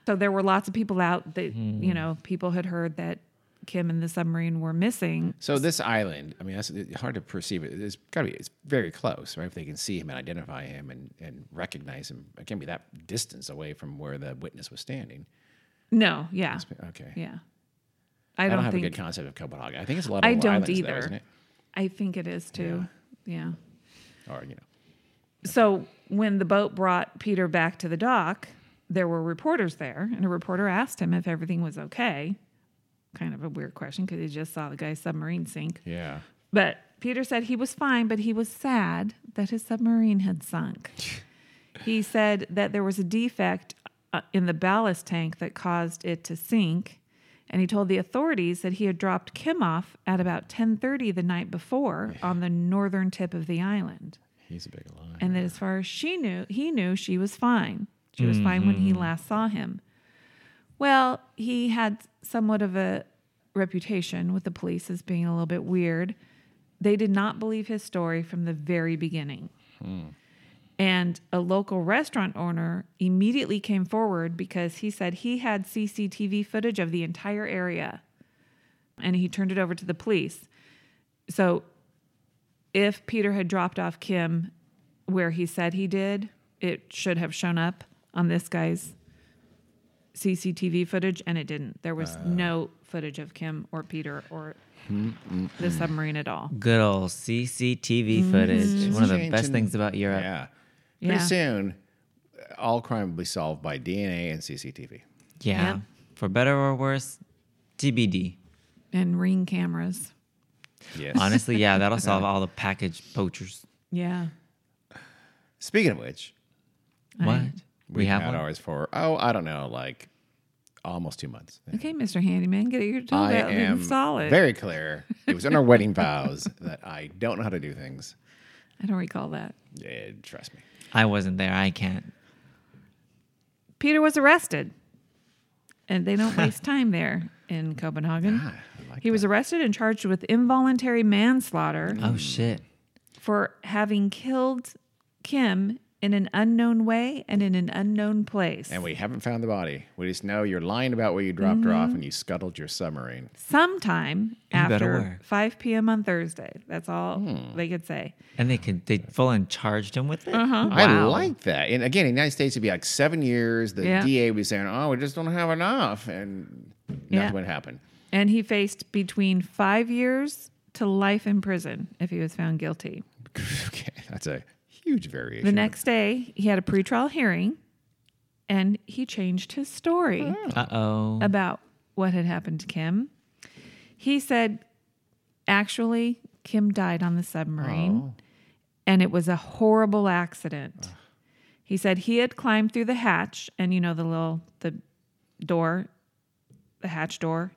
[SPEAKER 3] So there were lots of people out that
[SPEAKER 1] Hmm.
[SPEAKER 3] you know people had heard that Kim and the submarine were missing.
[SPEAKER 1] So this island, I mean, that's it's hard to perceive it. It's got to be. It's very close, right? If they can see him and identify him and, and recognize him, it can't be that distance away from where the witness was standing.
[SPEAKER 3] No, yeah.
[SPEAKER 1] Okay.
[SPEAKER 3] Yeah. I
[SPEAKER 1] I
[SPEAKER 3] don't,
[SPEAKER 1] don't, have
[SPEAKER 3] think
[SPEAKER 1] a good concept of Copenhagen. I think it's a lot of
[SPEAKER 3] I
[SPEAKER 1] little
[SPEAKER 3] don't
[SPEAKER 1] islands
[SPEAKER 3] either.
[SPEAKER 1] There, isn't it?
[SPEAKER 3] I think it is too. yeah.
[SPEAKER 1] Or you know,
[SPEAKER 3] So when the boat brought Peter back to the dock, there were reporters there, and a reporter asked him if everything was okay. Kind of a weird question because he just saw the guy's submarine sink.
[SPEAKER 1] yeah.
[SPEAKER 3] But Peter said he was fine, but he was sad that his submarine had sunk. he said that there was a defect uh, in the ballast tank that caused it to sink, and he told the authorities that he had dropped Kim off at about 10:30 the night before on the northern tip of the island
[SPEAKER 1] He's a big lie.
[SPEAKER 3] and that as far as she knew, he knew she was fine. She was fine when he last saw him. Well, he had somewhat of a reputation with the police as being a little bit weird. They did not believe his story from the very beginning. And a local restaurant owner immediately came forward because he said he had CCTV footage of the entire area and he turned it over to the police. So if Peter had dropped off Kim where he said he did, it should have shown up on this guy's CCTV footage, and it didn't. There
[SPEAKER 1] Uh.
[SPEAKER 3] was no footage of Kim or Peter or the submarine at all.
[SPEAKER 2] Good old CCTV footage. One of the best
[SPEAKER 1] Changing-
[SPEAKER 2] things about Europe.
[SPEAKER 1] Yeah. Pretty
[SPEAKER 3] Yeah.
[SPEAKER 1] soon, all crime will be solved by DNA and CCTV.
[SPEAKER 2] Yeah.
[SPEAKER 3] Yep.
[SPEAKER 2] For better or worse, TBD.
[SPEAKER 3] And ring cameras.
[SPEAKER 1] Yes.
[SPEAKER 2] Honestly,
[SPEAKER 1] [laughs]
[SPEAKER 2] yeah, that'll solve all the package poachers.
[SPEAKER 3] Yeah.
[SPEAKER 1] Speaking of which,
[SPEAKER 2] What? We, have
[SPEAKER 1] had
[SPEAKER 2] one.
[SPEAKER 1] ours for oh, I don't know, like almost two months.
[SPEAKER 3] Okay, Mr. Handyman, get your toe
[SPEAKER 1] I
[SPEAKER 3] out
[SPEAKER 1] am
[SPEAKER 3] and solid.
[SPEAKER 1] very clear. It was in our wedding vows [laughs] that I don't know how to do things.
[SPEAKER 3] I don't recall that.
[SPEAKER 1] Yeah, trust me.
[SPEAKER 2] I wasn't there. I can't.
[SPEAKER 3] Peter was arrested, and they
[SPEAKER 1] [laughs]
[SPEAKER 3] don't waste time there in Copenhagen.
[SPEAKER 1] Ah, I like
[SPEAKER 3] he was arrested and charged with involuntary manslaughter.
[SPEAKER 2] Oh
[SPEAKER 1] Mm.
[SPEAKER 2] shit.
[SPEAKER 3] for having killed Kim in an unknown way and in an unknown place.
[SPEAKER 1] And we haven't found the body. We just know you're lying about where you dropped her off and you scuttled your submarine.
[SPEAKER 3] Sometime
[SPEAKER 2] better
[SPEAKER 3] after
[SPEAKER 2] wear.
[SPEAKER 3] 5 p.m. on Thursday. That's all
[SPEAKER 1] Hmm.
[SPEAKER 3] they could say.
[SPEAKER 2] And they could they full and charged him with it.
[SPEAKER 1] I like that. And again, in the United States, it'd be like seven years. The
[SPEAKER 3] Yeah.
[SPEAKER 1] DA would be saying, oh, we just don't have enough. And nothing
[SPEAKER 3] Yeah.
[SPEAKER 1] would happen. [laughs]
[SPEAKER 3] And he faced between five years to life in prison if he was found guilty.
[SPEAKER 1] okay, that's a huge variation.
[SPEAKER 3] The next day, he had a pretrial hearing and he changed his story.
[SPEAKER 1] Hmm.
[SPEAKER 2] Uh oh.
[SPEAKER 3] about what had happened to Kim. He said, actually, Kim died on the
[SPEAKER 1] Oh.
[SPEAKER 3] submarine and it was a horrible accident. He said he had climbed through the hatch and you know the little the door the hatch door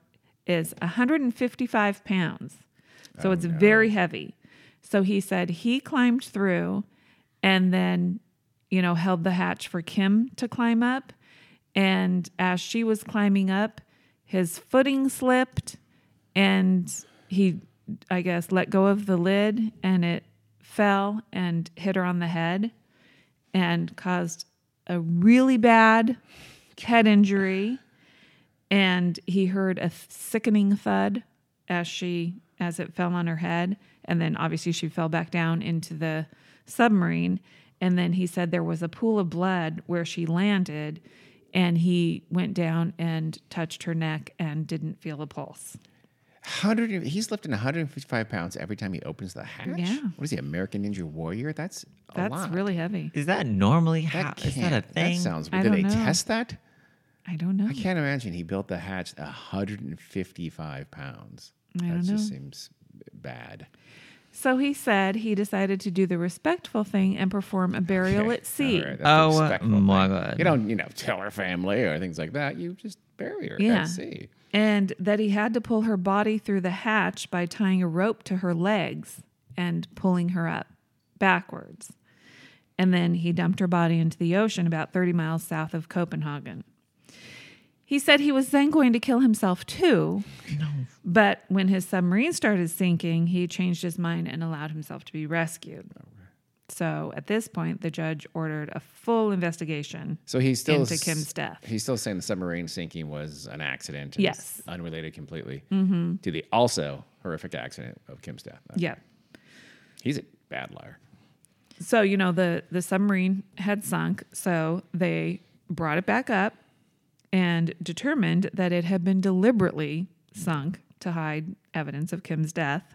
[SPEAKER 3] is 155 pounds. So it's very heavy. So he said he climbed through and then, you know, held the hatch for Kim to climb up. And as she was climbing up, his footing slipped and he, I guess, let go of the lid and it fell and hit her on the head and caused a really bad head injury and he heard a sickening thud as she as it fell on her head and then obviously she fell back down into the submarine and then he said there was a pool of blood where she landed and he went down and touched her neck and didn't feel a pulse
[SPEAKER 1] 100, he's lifting 155 pounds every time he opens the hatch.
[SPEAKER 3] Yeah.
[SPEAKER 1] What is he, American Ninja Warrior? That's a
[SPEAKER 3] that's
[SPEAKER 1] lot.
[SPEAKER 3] really heavy
[SPEAKER 2] Is that normally how
[SPEAKER 1] that
[SPEAKER 2] is that a
[SPEAKER 1] can't-
[SPEAKER 2] thing?
[SPEAKER 1] That sounds.
[SPEAKER 3] I
[SPEAKER 1] Did they
[SPEAKER 3] don't know.
[SPEAKER 1] test that?
[SPEAKER 3] i don't know
[SPEAKER 1] I can't imagine he built the hatch 155 pounds.
[SPEAKER 3] I
[SPEAKER 1] that
[SPEAKER 3] don't
[SPEAKER 1] just
[SPEAKER 3] know.
[SPEAKER 1] seems bad.
[SPEAKER 3] so he said he decided to do the respectful thing and perform
[SPEAKER 1] [laughs]
[SPEAKER 3] a burial
[SPEAKER 1] Okay.
[SPEAKER 3] at sea
[SPEAKER 1] All right, that's a
[SPEAKER 2] Oh,
[SPEAKER 1] respectful
[SPEAKER 2] my
[SPEAKER 1] thing.
[SPEAKER 2] God.
[SPEAKER 1] You don't, you know, tell her family or things like that. You just bury her
[SPEAKER 3] Yeah.
[SPEAKER 1] at sea.
[SPEAKER 3] and that he had to pull her body through the hatch by tying a rope to her legs and pulling her up backwards. And then he dumped her body into the ocean about 30 miles south of Copenhagen. He said he was then going to kill himself too. But when his submarine started sinking, he changed his mind and allowed himself to be rescued. So at this point, the judge ordered a full investigation.
[SPEAKER 1] So he's still
[SPEAKER 3] Into
[SPEAKER 1] s-
[SPEAKER 3] Kim's death.
[SPEAKER 1] He's still saying the submarine sinking was an accident. and it's
[SPEAKER 3] Yes.
[SPEAKER 1] unrelated completely mm-hmm. to the also horrific accident of Kim's death.
[SPEAKER 3] Yeah.
[SPEAKER 1] He's a bad liar.
[SPEAKER 3] so you know the the submarine had sunk so they brought it back up and determined that it had been deliberately sunk to hide evidence of kim's death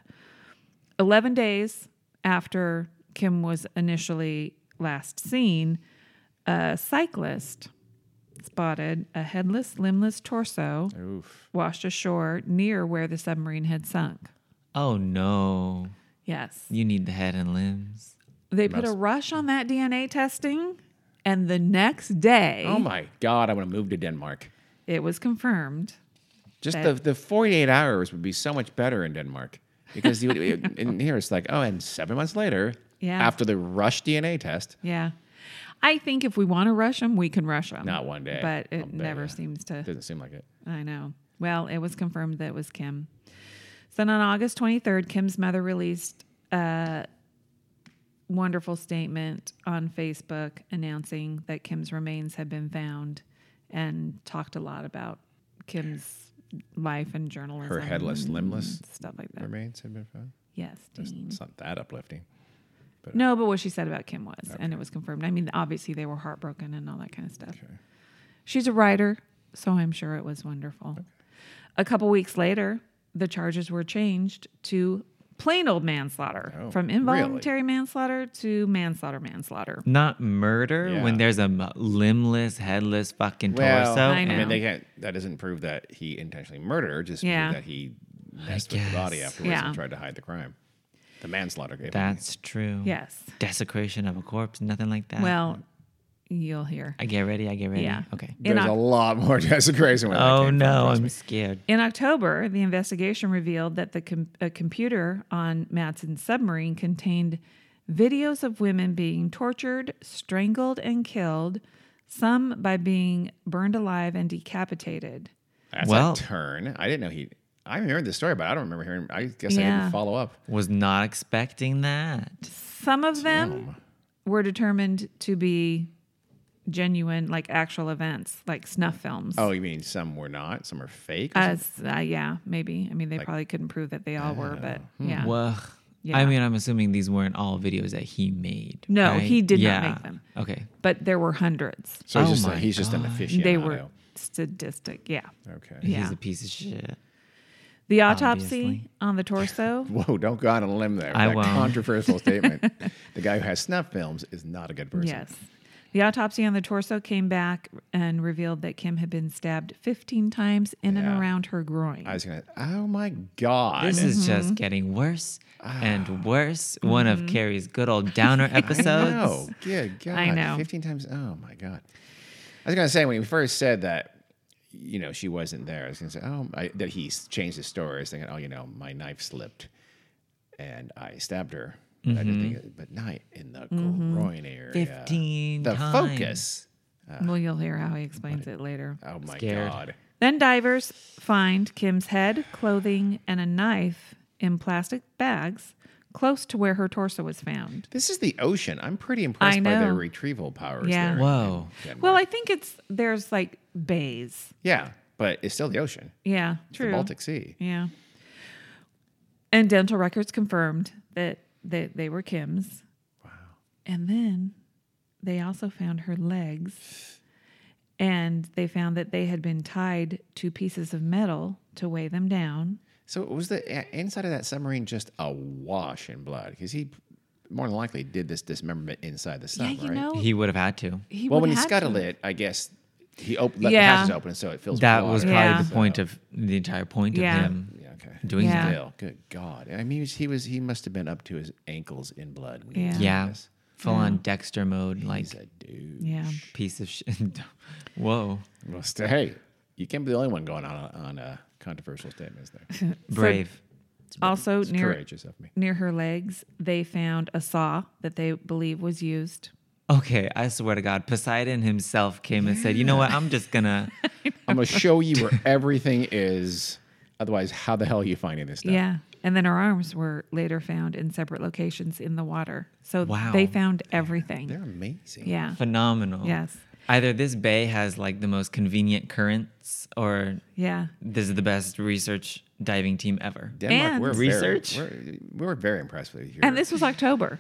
[SPEAKER 3] 11 days after kim was initially last seen a cyclist spotted a headless limbless torso
[SPEAKER 1] Oof.
[SPEAKER 3] washed ashore near where the submarine had sunk
[SPEAKER 2] Oh no.
[SPEAKER 3] yes
[SPEAKER 2] You need the head and limbs.
[SPEAKER 3] They put a rush on that DNA testing, and the next day
[SPEAKER 1] Oh my God! I want to move to Denmark.
[SPEAKER 3] it was confirmed.
[SPEAKER 1] Just the, the 48 hours would be so much better in Denmark because you, in here it's like, oh, and seven months later,
[SPEAKER 3] Yeah.
[SPEAKER 1] after the rush DNA test,
[SPEAKER 3] Yeah. I think if we want to rush them, we can rush them.
[SPEAKER 1] Not one day.
[SPEAKER 3] But
[SPEAKER 1] I'll
[SPEAKER 3] it
[SPEAKER 1] bet
[SPEAKER 3] never
[SPEAKER 1] you.
[SPEAKER 3] seems to.
[SPEAKER 1] doesn't seem like it.
[SPEAKER 3] I know. Well, it was confirmed that it was Kim. So then on August 23rd, Kim's mother released uh, wonderful statement on Facebook announcing that Kim's remains had been found and talked a lot about Kim's life and journalism.
[SPEAKER 1] Her headless, limbless
[SPEAKER 3] and stuff like that.
[SPEAKER 1] remains had been found.
[SPEAKER 3] Yes, Dean.
[SPEAKER 1] It's not that uplifting.
[SPEAKER 3] No, but what she said about Kim was, and it was confirmed. I mean, obviously they were heartbroken and all that kind of stuff. She's a writer, so I'm sure it was wonderful. A couple weeks later, the charges were changed to plain old manslaughter
[SPEAKER 1] Oh,
[SPEAKER 3] from
[SPEAKER 1] really?
[SPEAKER 3] involuntary manslaughter to manslaughter, manslaughter.
[SPEAKER 2] Not murder
[SPEAKER 1] Yeah.
[SPEAKER 2] when there's a m- limbless, headless fucking torso.
[SPEAKER 1] I,
[SPEAKER 3] I know.
[SPEAKER 1] mean, they can't. That doesn't prove that he intentionally murdered her. Just
[SPEAKER 3] Yeah.
[SPEAKER 1] prove that he messed with the body
[SPEAKER 2] guess.
[SPEAKER 1] afterwards
[SPEAKER 3] Yeah.
[SPEAKER 1] and tried to hide the crime. The manslaughter. if you-
[SPEAKER 2] That's true.
[SPEAKER 3] Yes.
[SPEAKER 2] Desecration of a corpse, nothing like that.
[SPEAKER 3] Well, you'll hear.
[SPEAKER 2] I get ready. I get ready.
[SPEAKER 3] Yeah.
[SPEAKER 2] Okay.
[SPEAKER 3] In
[SPEAKER 1] There's
[SPEAKER 3] Oc-
[SPEAKER 1] a lot more [laughs] desecration. Where that
[SPEAKER 2] Oh
[SPEAKER 1] came from,
[SPEAKER 2] no,
[SPEAKER 1] trust
[SPEAKER 2] I'm
[SPEAKER 1] me.
[SPEAKER 2] scared.
[SPEAKER 3] In October, the investigation revealed that the com- a computer on Madsen's submarine contained videos of women being tortured, strangled, and killed, some by being burned alive and decapitated.
[SPEAKER 1] That's
[SPEAKER 2] Well-
[SPEAKER 1] a turn. I didn't know he. I heard the story, but I don't remember hearing. I guess I
[SPEAKER 3] Yeah.
[SPEAKER 1] didn't follow up.
[SPEAKER 2] Was not expecting that.
[SPEAKER 3] Some of them were determined to be genuine, like actual events, like snuff films.
[SPEAKER 1] Oh, you mean some were not? Some are fake. or
[SPEAKER 3] As, uh, yeah, maybe. I mean, they probably couldn't prove that they all were, but yeah.
[SPEAKER 2] Well,
[SPEAKER 3] Yeah.
[SPEAKER 2] I mean, I'm assuming these weren't all videos that he made.
[SPEAKER 3] No,
[SPEAKER 2] right?
[SPEAKER 3] he did not
[SPEAKER 2] Yeah.
[SPEAKER 3] make them.
[SPEAKER 2] Okay.
[SPEAKER 3] But there were hundreds.
[SPEAKER 1] So he's
[SPEAKER 2] Oh
[SPEAKER 1] just a-
[SPEAKER 2] my
[SPEAKER 1] he's just an aficionado.
[SPEAKER 3] they were sadistic. Yeah.
[SPEAKER 1] Okay.
[SPEAKER 3] Yeah.
[SPEAKER 2] He's a piece of shit.
[SPEAKER 3] The autopsy
[SPEAKER 2] Obviously.
[SPEAKER 3] on the torso.
[SPEAKER 1] [laughs] [laughs] Whoa! Don't go out on a limb there.
[SPEAKER 2] I
[SPEAKER 1] that
[SPEAKER 2] won't.
[SPEAKER 1] controversial statement. The guy who has snuff films is not a good person.
[SPEAKER 3] yes. The autopsy on the torso came back and revealed that Kim had been stabbed 15 times in and
[SPEAKER 1] Yeah.
[SPEAKER 3] around her groin.
[SPEAKER 1] I was gonna. Oh my god!
[SPEAKER 2] This is
[SPEAKER 3] Mm-hmm.
[SPEAKER 2] just getting worse
[SPEAKER 3] Ah.
[SPEAKER 2] and worse. One of Carrie's good
[SPEAKER 3] [laughs]
[SPEAKER 2] old downer episodes.
[SPEAKER 1] No, good God.
[SPEAKER 3] I know.
[SPEAKER 1] 15 times. Oh my God. I was going to say, when he first said that, you know, she wasn't there, I was going to say, oh, I, that he s- changed his story. I was thinking, oh, you know, my knife slipped and I stabbed her. I didn't
[SPEAKER 3] Mm-hmm.
[SPEAKER 1] think, but not in the groin area.
[SPEAKER 2] 15
[SPEAKER 1] The
[SPEAKER 2] times.
[SPEAKER 1] focus.
[SPEAKER 3] well, you'll hear how he explains it later.
[SPEAKER 1] Oh my
[SPEAKER 2] Scared.
[SPEAKER 1] God.
[SPEAKER 3] Then divers find Kim's head, clothing, and a knife in plastic bags close to where her torso was found.
[SPEAKER 1] This is the ocean. I'm pretty impressed
[SPEAKER 3] I
[SPEAKER 1] by
[SPEAKER 3] know.
[SPEAKER 1] their retrieval powers.
[SPEAKER 3] Yeah.
[SPEAKER 1] there in-
[SPEAKER 2] Whoa.
[SPEAKER 1] in Denmark.
[SPEAKER 3] Well, I think it's there's like bays.
[SPEAKER 1] yeah, but it's still the ocean,
[SPEAKER 3] Yeah, true.
[SPEAKER 1] the Baltic Sea.
[SPEAKER 3] Yeah. And dental records confirmed that they, they were Kim's. Wow. And then they also found her legs. And they found that they had been tied to pieces of metal to weigh them down.
[SPEAKER 1] So was the i- inside of that submarine just awash in blood? Because he more than likely did this dismemberment inside the sub,
[SPEAKER 3] yeah, you
[SPEAKER 1] right?
[SPEAKER 3] know.
[SPEAKER 2] He would have had to.
[SPEAKER 3] he
[SPEAKER 1] well,
[SPEAKER 3] would
[SPEAKER 1] when he
[SPEAKER 3] have
[SPEAKER 1] scuttled
[SPEAKER 3] to.
[SPEAKER 1] it, I guess he op- let
[SPEAKER 3] Yeah.
[SPEAKER 1] the hatches open, so it fills.
[SPEAKER 2] That
[SPEAKER 1] with
[SPEAKER 2] was
[SPEAKER 1] water.
[SPEAKER 2] probably
[SPEAKER 3] Yeah.
[SPEAKER 2] the point of the entire point
[SPEAKER 3] Yeah.
[SPEAKER 2] of him
[SPEAKER 1] yeah, okay.
[SPEAKER 2] doing
[SPEAKER 3] Yeah.
[SPEAKER 2] that.
[SPEAKER 1] Still, good God! I mean, he was, he was he must have been up to his ankles in blood. When
[SPEAKER 3] Yeah.
[SPEAKER 1] he was
[SPEAKER 2] Yeah.
[SPEAKER 1] doing this.
[SPEAKER 2] Full on Dexter mode, like
[SPEAKER 1] he's a dude.
[SPEAKER 3] Yeah.
[SPEAKER 2] piece of shit. [laughs] Whoa.
[SPEAKER 1] Well, st- hey, you can't be the only one going on on uh, controversial statements
[SPEAKER 3] [laughs]
[SPEAKER 1] there.
[SPEAKER 2] Brave.
[SPEAKER 3] Also,
[SPEAKER 1] It's
[SPEAKER 3] near,
[SPEAKER 1] courageous of me.
[SPEAKER 3] near her legs, they found a saw that they believe was used.
[SPEAKER 2] Okay, I swear to God, Poseidon himself came and said, "You know what? I'm just
[SPEAKER 3] [laughs]
[SPEAKER 2] gonna."
[SPEAKER 1] I'm gonna show you where everything is. Otherwise, how the hell are you finding this stuff?
[SPEAKER 3] Yeah. And then her arms were later found in separate locations in the water. So
[SPEAKER 2] Wow.
[SPEAKER 3] they found everything.
[SPEAKER 1] They're amazing.
[SPEAKER 3] yeah.
[SPEAKER 2] Phenomenal.
[SPEAKER 3] Yes.
[SPEAKER 2] Either this bay has like the most convenient currents, or
[SPEAKER 3] Yeah.
[SPEAKER 2] this is the best research diving team ever.
[SPEAKER 1] Denmark,
[SPEAKER 3] And-
[SPEAKER 1] we're
[SPEAKER 2] Research?
[SPEAKER 1] Very, we're, we were very impressed with you.
[SPEAKER 3] And this was October.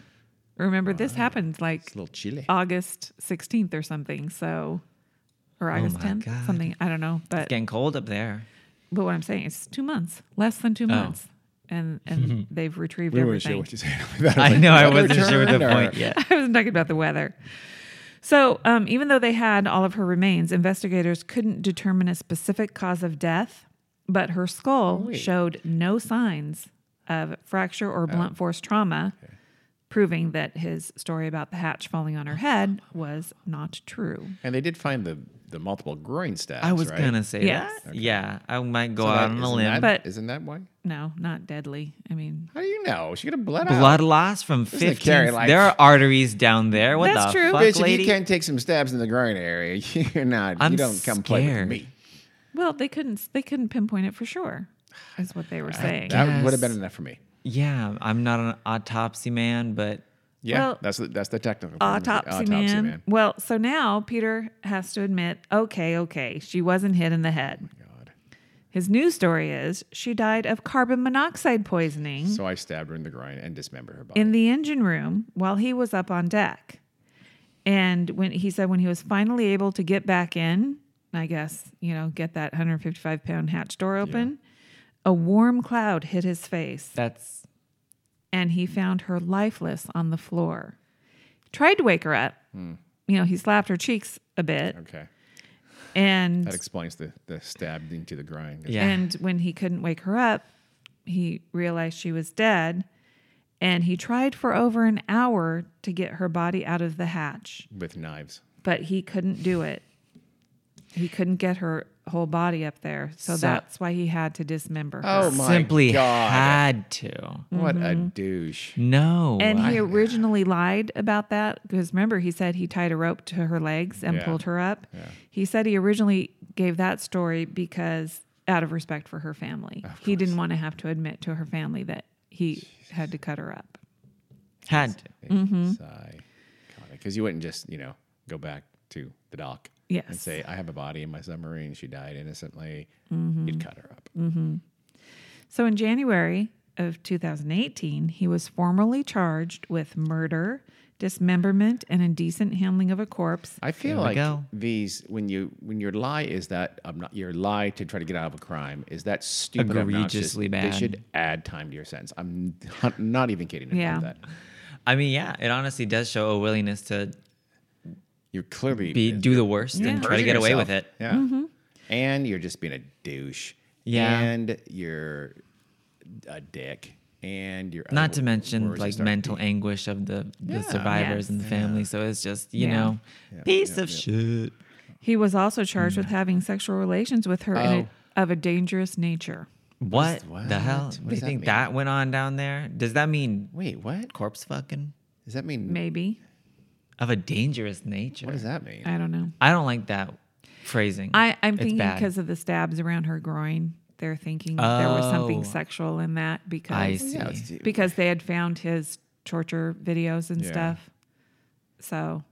[SPEAKER 3] Remember, this happened like
[SPEAKER 1] little Chile.
[SPEAKER 2] Oh,
[SPEAKER 3] August 16th or something. So, or August
[SPEAKER 2] Oh my
[SPEAKER 3] 10th,
[SPEAKER 2] God.
[SPEAKER 3] something. I don't know. But,
[SPEAKER 2] Getting cold up there.
[SPEAKER 1] [laughs]
[SPEAKER 3] but what I'm saying is two months, less than
[SPEAKER 2] Oh.
[SPEAKER 3] two months. And, and
[SPEAKER 2] [laughs]
[SPEAKER 3] they've retrieved everything.
[SPEAKER 1] you said. about
[SPEAKER 2] I
[SPEAKER 1] that.
[SPEAKER 2] know. I
[SPEAKER 1] Another
[SPEAKER 2] wasn't sure the
[SPEAKER 1] turn or-
[SPEAKER 2] point
[SPEAKER 1] [laughs]
[SPEAKER 2] yet.
[SPEAKER 3] [laughs] I was talking about the weather. So, um, even though they had all of her remains, investigators couldn't determine a specific cause of death, but her skull showed no signs of fracture or blunt force trauma, proving that his story about the hatch falling on her head was not true.
[SPEAKER 1] And they did find the, the multiple groin stabs.
[SPEAKER 2] I was
[SPEAKER 1] right?
[SPEAKER 2] gonna say
[SPEAKER 3] Yes.
[SPEAKER 2] that. Yeah, I might go
[SPEAKER 1] So
[SPEAKER 2] out
[SPEAKER 1] that-
[SPEAKER 2] on a
[SPEAKER 1] isn't
[SPEAKER 2] limb.
[SPEAKER 1] that-
[SPEAKER 3] But-
[SPEAKER 1] isn't that why?
[SPEAKER 3] No, not deadly. I mean,
[SPEAKER 1] How do you know? She could have bled
[SPEAKER 2] Blood
[SPEAKER 1] out.
[SPEAKER 2] loss from
[SPEAKER 1] Doesn't it carry,
[SPEAKER 2] 15.
[SPEAKER 1] like-
[SPEAKER 2] there are arteries down there. What
[SPEAKER 3] That's
[SPEAKER 2] the
[SPEAKER 3] true.
[SPEAKER 2] fuck,
[SPEAKER 1] Bitch, if
[SPEAKER 2] lady?
[SPEAKER 1] you can't take some stabs in the groin area, [laughs] you're not.
[SPEAKER 2] I'm
[SPEAKER 1] you don't come play
[SPEAKER 2] scared.
[SPEAKER 1] with me.
[SPEAKER 3] well, they couldn't they couldn't pinpoint it for sure, is what they were saying.
[SPEAKER 1] That would have
[SPEAKER 2] Yes.
[SPEAKER 1] been enough for me.
[SPEAKER 2] yeah, I'm not an autopsy man, but
[SPEAKER 1] Yeah,
[SPEAKER 3] Well,
[SPEAKER 1] that's the, that's the technical term, is the
[SPEAKER 3] autopsy, man. Well, so now Peter has to admit, okay, okay, she wasn't hit in the head.
[SPEAKER 2] Mm-hmm.
[SPEAKER 1] God.
[SPEAKER 3] His new story is she died of carbon monoxide poisoning
[SPEAKER 1] So I stabbed her in the groin and dismembered her body.
[SPEAKER 3] in the engine room while he was up on deck. And when he said when he was finally able to get back in, I guess, you know, get that 155 pound hatch door open, a warm cloud hit his face
[SPEAKER 2] That's
[SPEAKER 3] and he found her lifeless on the floor. Tried to wake her up. You know, he slapped her cheeks a bit.
[SPEAKER 1] okay,
[SPEAKER 3] And
[SPEAKER 1] that [sighs] explains the the stabbed into the groin.
[SPEAKER 2] yeah.
[SPEAKER 3] And when he couldn't wake her up, he realized she was dead. And he tried for over an hour to get her body out of the hatch,
[SPEAKER 1] with knives.
[SPEAKER 3] but he couldn't do it. He couldn't get her whole body up there. So,
[SPEAKER 2] So-
[SPEAKER 3] that's why he had to dismember her.
[SPEAKER 1] Oh my
[SPEAKER 2] simply Mm-hmm.
[SPEAKER 1] God.
[SPEAKER 2] had to.
[SPEAKER 1] What a douche.
[SPEAKER 2] No.
[SPEAKER 3] And he originally lied about that because remember, he said he tied a rope to her legs and
[SPEAKER 1] Yeah.
[SPEAKER 3] pulled her up. He said he originally gave that story because out of respect for her family, he didn't want to have to admit to her family that he had to cut her up.
[SPEAKER 2] had to. Mm-hmm.
[SPEAKER 1] Because you wouldn't just, you know, go back to the dock and
[SPEAKER 3] Yes.
[SPEAKER 1] say, I have a body in my submarine. She died innocently.
[SPEAKER 2] Mm-hmm.
[SPEAKER 1] You'd cut her up.
[SPEAKER 3] So in January of 2018, he was formally charged with murder, dismemberment, and indecent handling of a corpse.
[SPEAKER 1] I feel
[SPEAKER 2] we
[SPEAKER 1] like
[SPEAKER 2] go.
[SPEAKER 1] these when you when your lie is that obno- your lie to try to get out of a crime is that stupid obnoxious,
[SPEAKER 2] Egregiously bad.
[SPEAKER 1] They should add time to your sentence. I'm n- [laughs] not even kidding about
[SPEAKER 3] Yeah.
[SPEAKER 1] that.
[SPEAKER 2] I mean, yeah, it honestly does show a willingness to
[SPEAKER 1] You're clearly
[SPEAKER 2] be do the worst
[SPEAKER 3] Yeah.
[SPEAKER 2] and try to
[SPEAKER 1] Perjuring
[SPEAKER 2] get away with
[SPEAKER 1] yourself.
[SPEAKER 2] it.
[SPEAKER 1] Yeah.
[SPEAKER 3] Mm-hmm.
[SPEAKER 1] And you're just being a douche.
[SPEAKER 2] Yeah.
[SPEAKER 1] And you're a dick. And you're
[SPEAKER 2] Not
[SPEAKER 1] other
[SPEAKER 2] to mention
[SPEAKER 1] words
[SPEAKER 2] like
[SPEAKER 1] start-
[SPEAKER 2] mental anguish of the, the survivors
[SPEAKER 3] Yes.
[SPEAKER 2] and the family. So it's just, you
[SPEAKER 3] Yeah.
[SPEAKER 2] know, piece of shit.
[SPEAKER 3] He was also charged with having sexual relations with her in
[SPEAKER 1] Mm. Oh.
[SPEAKER 3] a, of a dangerous nature.
[SPEAKER 2] What, the
[SPEAKER 1] what?
[SPEAKER 2] hell?
[SPEAKER 1] What
[SPEAKER 2] do
[SPEAKER 1] does
[SPEAKER 2] you
[SPEAKER 1] that
[SPEAKER 2] think
[SPEAKER 1] mean?
[SPEAKER 2] that went on down there? Does that mean
[SPEAKER 1] Wait, what?
[SPEAKER 2] corpse fucking?
[SPEAKER 1] Does that mean?
[SPEAKER 3] Maybe.
[SPEAKER 2] Of a dangerous nature.
[SPEAKER 1] What does that mean?
[SPEAKER 3] I don't know.
[SPEAKER 2] I don't like that phrasing.
[SPEAKER 3] I, I'm
[SPEAKER 2] It's
[SPEAKER 3] thinking
[SPEAKER 2] bad.
[SPEAKER 3] because of the stabs around her groin, they're thinking that there was something
[SPEAKER 2] Oh.
[SPEAKER 3] sexual in that
[SPEAKER 2] I
[SPEAKER 3] because
[SPEAKER 2] see.
[SPEAKER 1] yeah, it's-
[SPEAKER 3] because they had found his torture videos and
[SPEAKER 1] Yeah.
[SPEAKER 3] stuff. So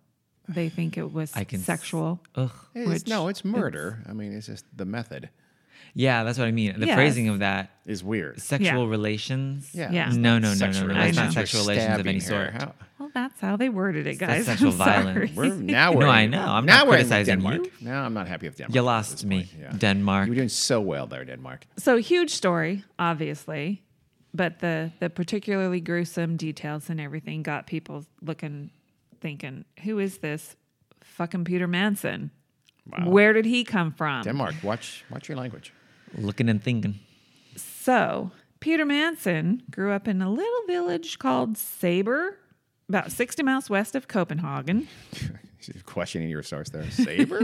[SPEAKER 3] they think it was
[SPEAKER 2] I can s-
[SPEAKER 3] sexual.
[SPEAKER 2] Ugh.
[SPEAKER 1] it's-
[SPEAKER 3] which
[SPEAKER 1] no, it's murder. I mean, it's just the method
[SPEAKER 2] Yeah, that's what I mean. The
[SPEAKER 3] Yes.
[SPEAKER 2] phrasing of that
[SPEAKER 1] is weird.
[SPEAKER 2] sexual relations.
[SPEAKER 1] Yeah.
[SPEAKER 3] Yeah.
[SPEAKER 2] No, no, no, no,
[SPEAKER 1] Sexual
[SPEAKER 2] no. That's
[SPEAKER 1] relations.
[SPEAKER 2] not
[SPEAKER 3] know.
[SPEAKER 2] sexual
[SPEAKER 1] You're
[SPEAKER 2] relations of
[SPEAKER 1] stabbing
[SPEAKER 2] any
[SPEAKER 1] her.
[SPEAKER 2] sort.
[SPEAKER 1] How-
[SPEAKER 3] well, that's how they worded it, guys.
[SPEAKER 2] sexual
[SPEAKER 3] [laughs] I'm
[SPEAKER 2] violence.
[SPEAKER 3] sorry.
[SPEAKER 1] We're, now we're
[SPEAKER 2] No,
[SPEAKER 1] in-
[SPEAKER 2] I know. I'm
[SPEAKER 1] now
[SPEAKER 2] not
[SPEAKER 1] we're in
[SPEAKER 2] criticizing you.
[SPEAKER 1] Denmark. Now I'm not happy with Denmark.
[SPEAKER 2] You
[SPEAKER 1] at
[SPEAKER 2] lost
[SPEAKER 1] this
[SPEAKER 2] me,
[SPEAKER 1] point, yeah.
[SPEAKER 2] Denmark.
[SPEAKER 1] You were doing so well there, Denmark.
[SPEAKER 3] So huge story, obviously, but the the particularly gruesome details and everything got people looking, thinking, "Who is this fucking Peter Manson? Where did he come from?"
[SPEAKER 1] Denmark, watch watch your language. [laughs]
[SPEAKER 2] Looking and thinking.
[SPEAKER 3] So, Peter Manson grew up in a little village called Sabre, about 60 miles west of Copenhagen.
[SPEAKER 1] She's questioning your source there.
[SPEAKER 2] [laughs]
[SPEAKER 1] Saber?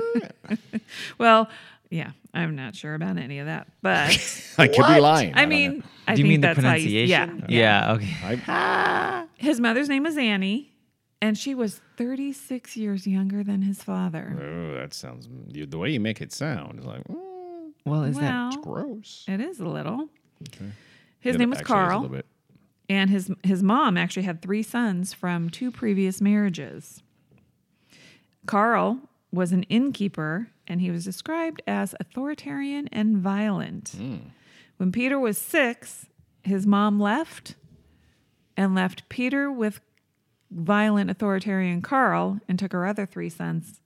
[SPEAKER 3] Well, yeah, I'm not sure about any of that, but
[SPEAKER 1] [laughs] I could be lying.
[SPEAKER 3] I
[SPEAKER 1] don't know.
[SPEAKER 3] mean, I
[SPEAKER 2] Do you
[SPEAKER 3] think
[SPEAKER 2] mean the
[SPEAKER 3] that's How
[SPEAKER 2] pronunciation?
[SPEAKER 3] you, yeah.
[SPEAKER 2] yeah. Okay.
[SPEAKER 3] [laughs] Ah. His mother's name was Annie, and she was 36 years younger than his father.
[SPEAKER 1] Oh, that sounds. you- The way you make it sound is like mm,
[SPEAKER 2] Well, is
[SPEAKER 3] Well,
[SPEAKER 1] gross.
[SPEAKER 3] it is a little. Oh. His
[SPEAKER 1] Yeah,
[SPEAKER 3] name was
[SPEAKER 1] actually, it a
[SPEAKER 3] Carl,
[SPEAKER 1] little bit.
[SPEAKER 3] and his his mom actually had three sons from two previous marriages. Carl was an innkeeper, and he was described as authoritarian and violent. When Peter was six, his mom left and left Peter with violent authoritarian Carl and took her other three sons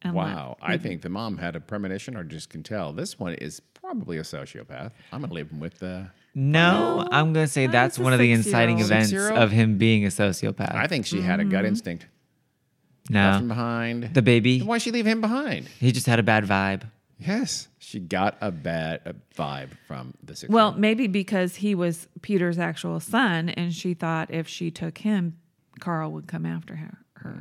[SPEAKER 3] and left.
[SPEAKER 1] Wow, I think the mom had a premonition, or just can tell this one is probably a sociopath. I'm gonna leave him with the.
[SPEAKER 2] that? No, I'm gonna say
[SPEAKER 3] No,
[SPEAKER 2] that's
[SPEAKER 3] it's a
[SPEAKER 2] one of the
[SPEAKER 3] six-year-old.
[SPEAKER 2] inciting events
[SPEAKER 1] Six-year-old?
[SPEAKER 2] of him being a sociopath.
[SPEAKER 1] I think she had a
[SPEAKER 3] Mm-hmm.
[SPEAKER 1] gut instinct. Left him
[SPEAKER 2] no,
[SPEAKER 1] behind.
[SPEAKER 2] the baby.
[SPEAKER 1] Then why she leave him behind?
[SPEAKER 2] He just had a bad vibe.
[SPEAKER 1] Yes, she got a bad a vibe from the six.
[SPEAKER 3] Well, maybe because he was Peter's actual son, and she thought if she took him, Carl would come after her, her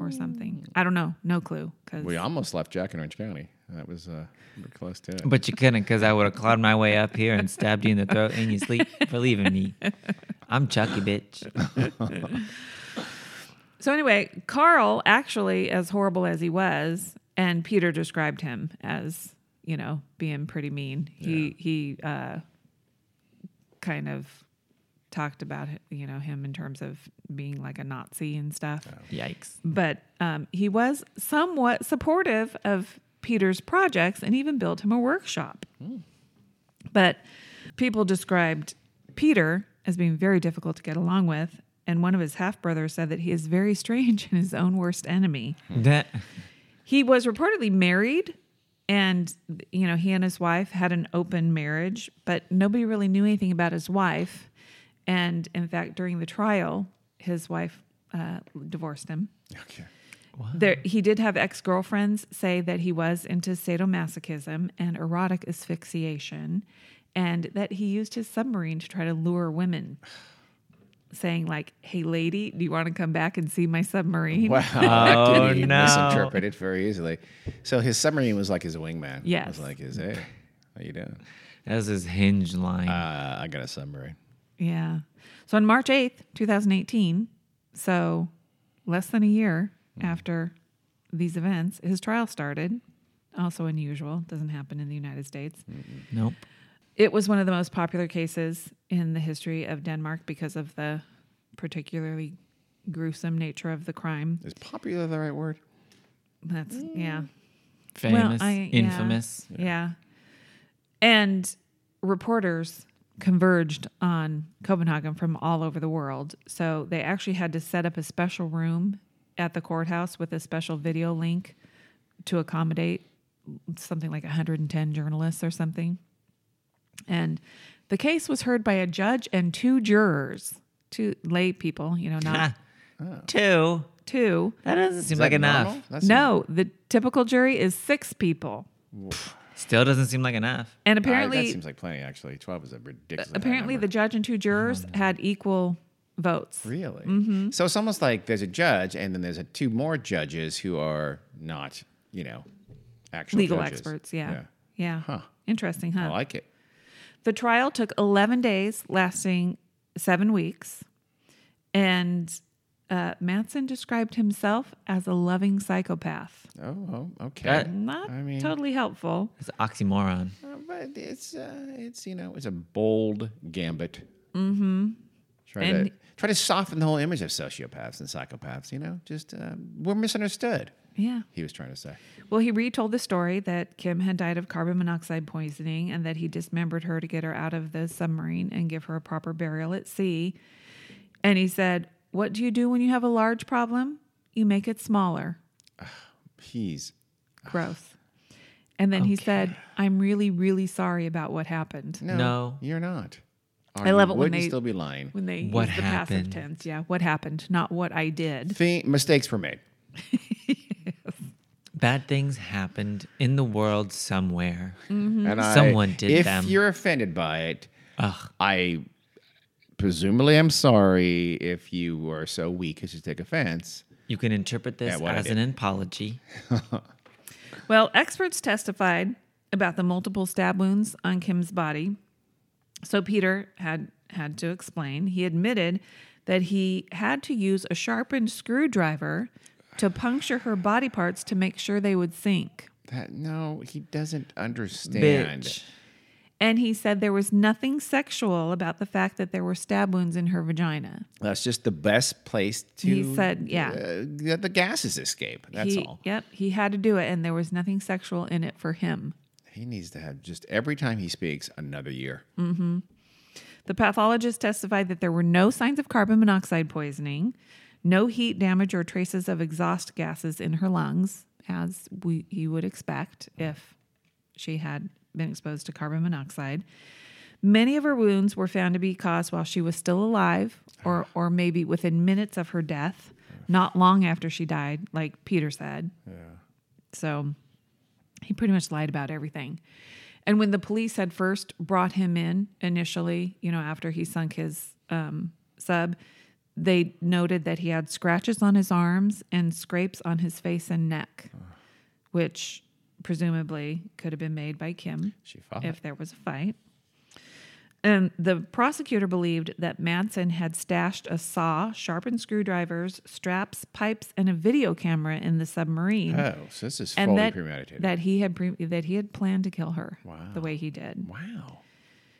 [SPEAKER 3] or something. I don't know. No clue. Because
[SPEAKER 1] we almost left Jack in Orange County. That was uh, we're close to it.
[SPEAKER 2] But you couldn't, because I would have clawed my way up here and stabbed you in the throat in your [laughs] sleep for leaving me. I'm Chucky, bitch.
[SPEAKER 3] so anyway, Carl actually, as horrible as he was, and Peter described him as you know being pretty mean. He he uh, kind of talked about you know him in terms of being like a Nazi and stuff.
[SPEAKER 2] Yikes.
[SPEAKER 3] But um, he was somewhat supportive of Peter's projects and even built him a workshop. But people described Peter as being very difficult to get along with. And one of his half brothers said that he is very strange and his own worst enemy.
[SPEAKER 2] That,
[SPEAKER 3] He was reportedly married, and you know he and his wife had an open marriage, but nobody really knew anything about his wife. And in fact, during the trial, his wife uh, divorced him.
[SPEAKER 1] Okay.
[SPEAKER 3] There, he did have ex girlfriends say that he was into sadomasochism and erotic asphyxiation, and that he used his submarine to try to lure women, saying like, "Hey, lady, do you want to come back and see my submarine?"
[SPEAKER 1] Wow. [laughs] that
[SPEAKER 3] Oh,
[SPEAKER 1] could be
[SPEAKER 2] no.
[SPEAKER 1] misinterpreted very easily. So his submarine was like his wingman. It
[SPEAKER 3] Yes.
[SPEAKER 1] was like his, hey, how you doing?
[SPEAKER 2] that was his hinge line.
[SPEAKER 1] Uh, I got a submarine.
[SPEAKER 3] Yeah. So on March 8th, 2018, so less than a year after these events, his trial started. Also unusual, doesn't happen in the United States.
[SPEAKER 2] nope.
[SPEAKER 3] It was one of the most popular cases in the history of Denmark because of the particularly gruesome nature of the crime.
[SPEAKER 1] Is popular the right word?
[SPEAKER 3] That's, yeah.
[SPEAKER 2] Famous.
[SPEAKER 3] I- yeah.
[SPEAKER 2] infamous.
[SPEAKER 3] Yeah. And reporters converged on Copenhagen from all over the world. So they actually had to set up a special room at the courthouse with a special video link to accommodate something like 110 journalists or something. And the case was heard by a judge and two jurors, two lay people, you know,
[SPEAKER 2] [laughs]
[SPEAKER 3] not
[SPEAKER 2] Ah, Two.
[SPEAKER 3] two.
[SPEAKER 2] That doesn't seem like
[SPEAKER 1] Is that
[SPEAKER 2] enough.
[SPEAKER 1] normal? That's
[SPEAKER 3] No, the typical jury is six people.
[SPEAKER 2] Still doesn't seem like enough.
[SPEAKER 3] And
[SPEAKER 1] I-
[SPEAKER 3] apparently,
[SPEAKER 1] that seems like plenty. Actually, twelve is a ridiculous. high
[SPEAKER 3] apparently the
[SPEAKER 1] number.
[SPEAKER 3] judge and two jurors had equal votes.
[SPEAKER 1] really.
[SPEAKER 3] Mm-hmm.
[SPEAKER 1] So it's almost like there's a judge, and then there's a two more judges who are not, you know, actual
[SPEAKER 3] Legal
[SPEAKER 1] judges.
[SPEAKER 3] experts, yeah. Yeah. Interesting, huh?
[SPEAKER 1] I like it.
[SPEAKER 3] the trial took 11 days, lasting seven weeks. And uh, Matson described himself as a loving psychopath.
[SPEAKER 1] Oh, oh okay.
[SPEAKER 2] That-
[SPEAKER 3] Not
[SPEAKER 1] I mean-
[SPEAKER 3] totally helpful.
[SPEAKER 2] It's an oxymoron.
[SPEAKER 1] Uh, but it's uh, it's you know it's a bold gambit. Mm-hmm. Try
[SPEAKER 3] And-
[SPEAKER 1] to try to soften the whole image of sociopaths and psychopaths. You know, just uh, we're misunderstood.
[SPEAKER 3] Yeah.
[SPEAKER 1] He was trying to say.
[SPEAKER 3] Well, he retold the story that Kim had died of carbon monoxide poisoning and that he dismembered her to get her out of the submarine and give her a proper burial at sea. And he said, What do you do when you have a large problem? You make it smaller.
[SPEAKER 1] He's
[SPEAKER 3] Gross. And then he said, I'm really, really sorry about what happened.
[SPEAKER 1] no,
[SPEAKER 2] No.
[SPEAKER 1] you're not. Or
[SPEAKER 3] I love
[SPEAKER 1] you
[SPEAKER 3] it when
[SPEAKER 1] wouldn't
[SPEAKER 3] they-
[SPEAKER 1] still be lying.
[SPEAKER 3] When they
[SPEAKER 2] What
[SPEAKER 3] used the passive
[SPEAKER 2] happened?
[SPEAKER 3] tense. Yeah, what happened, not what I did.
[SPEAKER 1] Thi- mistakes were made.
[SPEAKER 2] Bad things happened in the world somewhere.
[SPEAKER 3] Mm-hmm.
[SPEAKER 1] And I-
[SPEAKER 2] Someone did
[SPEAKER 1] if
[SPEAKER 2] them.
[SPEAKER 1] you're offended by it, I presumably am sorry if you were so weak as to take offense.
[SPEAKER 2] You can interpret this
[SPEAKER 1] Yeah, what I
[SPEAKER 2] as
[SPEAKER 1] did. [laughs]
[SPEAKER 2] an apology.
[SPEAKER 3] Well, experts testified about the multiple stab wounds on Kim's body. So Peter had had to explain. He admitted that he had to use a sharpened screwdriver to puncture her body parts to make sure they would sink.
[SPEAKER 1] That no, he doesn't understand.
[SPEAKER 2] Bitch.
[SPEAKER 3] And he said there was nothing sexual about the fact that there were stab wounds in her vagina.
[SPEAKER 1] That's just the best place to.
[SPEAKER 3] He said, yeah.
[SPEAKER 1] uh, let the gases escape. That's
[SPEAKER 3] he,
[SPEAKER 1] all.
[SPEAKER 3] Yep, he had to do it, and there was nothing sexual in it for him.
[SPEAKER 1] He needs to have just every time he speaks another year.
[SPEAKER 3] Mm-hmm. The pathologist testified that there were no signs of carbon monoxide poisoning, no heat damage or traces of exhaust gases in her lungs, as we, you would expect if she had been exposed to carbon monoxide. Many of her wounds were found to be caused while she was still alive or, or maybe within minutes of her death, not long after she died, like Peter said. So he pretty much lied about everything. And when the police had first brought him in initially, you know, after he sunk his um, sub, they noted that he had scratches on his arms and scrapes on his face and neck, which presumably could have been made by Kim
[SPEAKER 1] She fought.
[SPEAKER 3] if there was a fight. And the prosecutor believed that Manson had stashed a saw, sharpened screwdrivers, straps, pipes, and a video camera in the submarine
[SPEAKER 1] oh, so this is
[SPEAKER 3] and
[SPEAKER 1] fully
[SPEAKER 3] that,
[SPEAKER 1] premeditated.
[SPEAKER 3] that he had pre- that he had planned to kill her the way he did.
[SPEAKER 1] wow.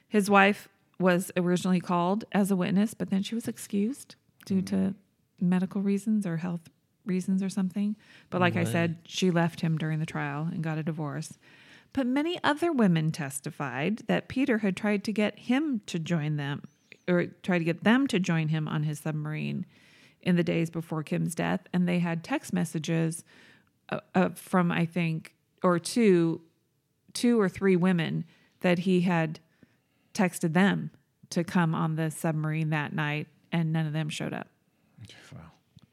[SPEAKER 3] His wife was originally called as a witness, but then she was excused due to medical reasons or health reasons or something. But like I said, she left him during the trial and got a divorce. But many other women testified that Peter had tried to get him to join them or tried to get them to join him on his submarine in the days before Kim's death. And they had text messages uh, uh, from, I think, or two two or three women that he had texted them to come on the submarine that night, and none of them showed up.
[SPEAKER 1] Wow.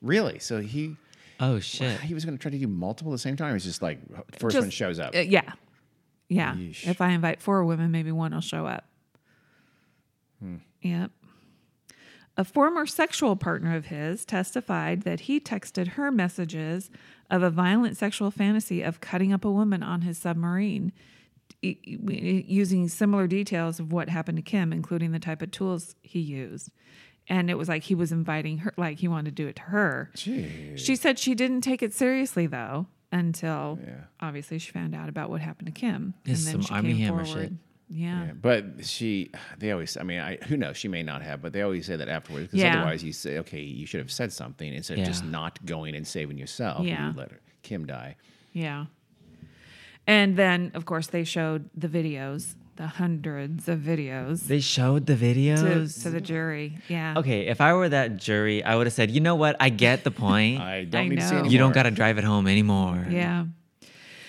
[SPEAKER 1] Really? So he
[SPEAKER 2] Oh shit.
[SPEAKER 1] he was going to try to do multiple at the same time. It's just like first one
[SPEAKER 3] Just-
[SPEAKER 1] shows up.
[SPEAKER 3] Uh, yeah, yeah.
[SPEAKER 1] Yeesh.
[SPEAKER 3] If I invite four women, maybe one will show up. Yep. A former sexual partner of his testified that he texted her messages of a violent sexual fantasy of cutting up a woman on his submarine, e- e- using similar details of what happened to Kim, including the type of tools he used. And it was like he was inviting her, like he wanted to do it to her. She said she didn't take it seriously, though, until obviously she found out about what happened to Kim.
[SPEAKER 2] This is some Armie Hammer shit.
[SPEAKER 3] Yeah.
[SPEAKER 1] Yeah, But she, they always, I mean, I, who knows? She may not have, but they always say that afterwards. Because
[SPEAKER 3] Yeah.
[SPEAKER 1] otherwise, you say, okay, you should have said something instead of just
[SPEAKER 2] Yeah.
[SPEAKER 1] not going and saving yourself.
[SPEAKER 3] Yeah.
[SPEAKER 1] You let her, Kim die.
[SPEAKER 3] Yeah. And then, of course, they showed the videos, the hundreds of videos
[SPEAKER 2] They showed the
[SPEAKER 3] to,
[SPEAKER 2] videos.
[SPEAKER 3] to the jury. Yeah.
[SPEAKER 2] okay, if I were that jury, I would have said, you know what? I
[SPEAKER 1] [laughs]
[SPEAKER 2] get the point.
[SPEAKER 1] I don't
[SPEAKER 3] I
[SPEAKER 1] need to see
[SPEAKER 3] know.
[SPEAKER 1] any
[SPEAKER 2] you don't
[SPEAKER 1] more.
[SPEAKER 2] got to drive it home anymore.
[SPEAKER 3] Yeah.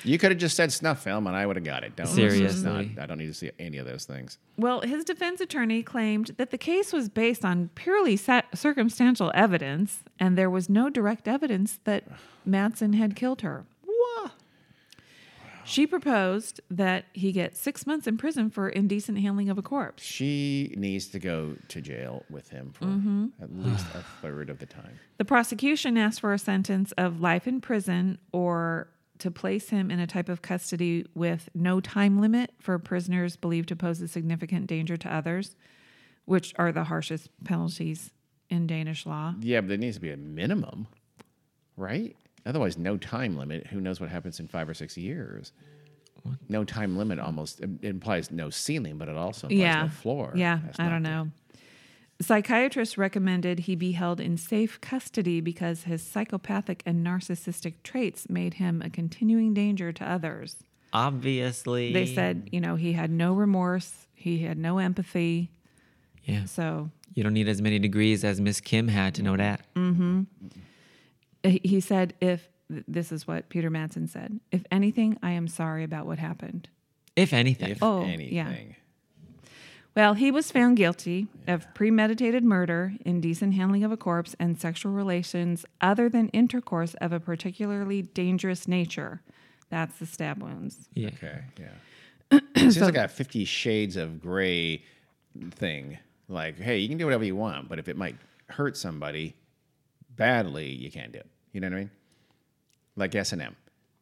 [SPEAKER 1] You could have just said snuff film, and I would have got it. Don't it's just not-
[SPEAKER 2] Seriously.
[SPEAKER 1] I don't need to see any of those things.
[SPEAKER 3] Well, his defense attorney claimed that the case was based on purely sa- circumstantial evidence, and there was no direct evidence that Matson had killed her. She proposed that he get six months in prison for indecent handling of a corpse.
[SPEAKER 1] She needs to go to jail with him for
[SPEAKER 3] Mm-hmm.
[SPEAKER 1] at least a third of the time.
[SPEAKER 3] The prosecution asked for a sentence of life in prison or to place him in a type of custody with no time limit for prisoners believed to pose a significant danger to others, which are the harshest penalties in Danish law.
[SPEAKER 1] Yeah, but there needs to be a minimum, right? Otherwise, no time limit. Who knows what happens in five or six years? No time limit almost it implies no ceiling, but it also implies no floor.
[SPEAKER 3] Yeah,
[SPEAKER 1] That's
[SPEAKER 3] I
[SPEAKER 1] not
[SPEAKER 3] don't
[SPEAKER 1] good.
[SPEAKER 3] know. Psychiatrists recommended he be held in safe custody because his psychopathic and narcissistic traits made him a continuing danger to others.
[SPEAKER 2] Obviously.
[SPEAKER 3] They said, you know, he had no remorse, he had no empathy.
[SPEAKER 2] Yeah.
[SPEAKER 3] So
[SPEAKER 2] You don't need as many degrees as Miss Kim had
[SPEAKER 3] Mm.
[SPEAKER 2] to know that.
[SPEAKER 3] he eh, he said, if this is what Peter Madsen said, if anything, I am sorry about what happened.
[SPEAKER 2] If anything.
[SPEAKER 1] If
[SPEAKER 3] Oh, yeah.
[SPEAKER 1] anything.
[SPEAKER 3] Well, he was found guilty of premeditated murder, indecent handling of a corpse, and sexual relations other than intercourse of a particularly dangerous nature. That's the stab wounds.
[SPEAKER 2] yeah.
[SPEAKER 1] Okay, yeah. It seems like a Fifty Shades of Gray thing. Like, hey, you can do whatever you want, but if it might hurt somebody badly, you can't do it. You know what I mean? Like S and M,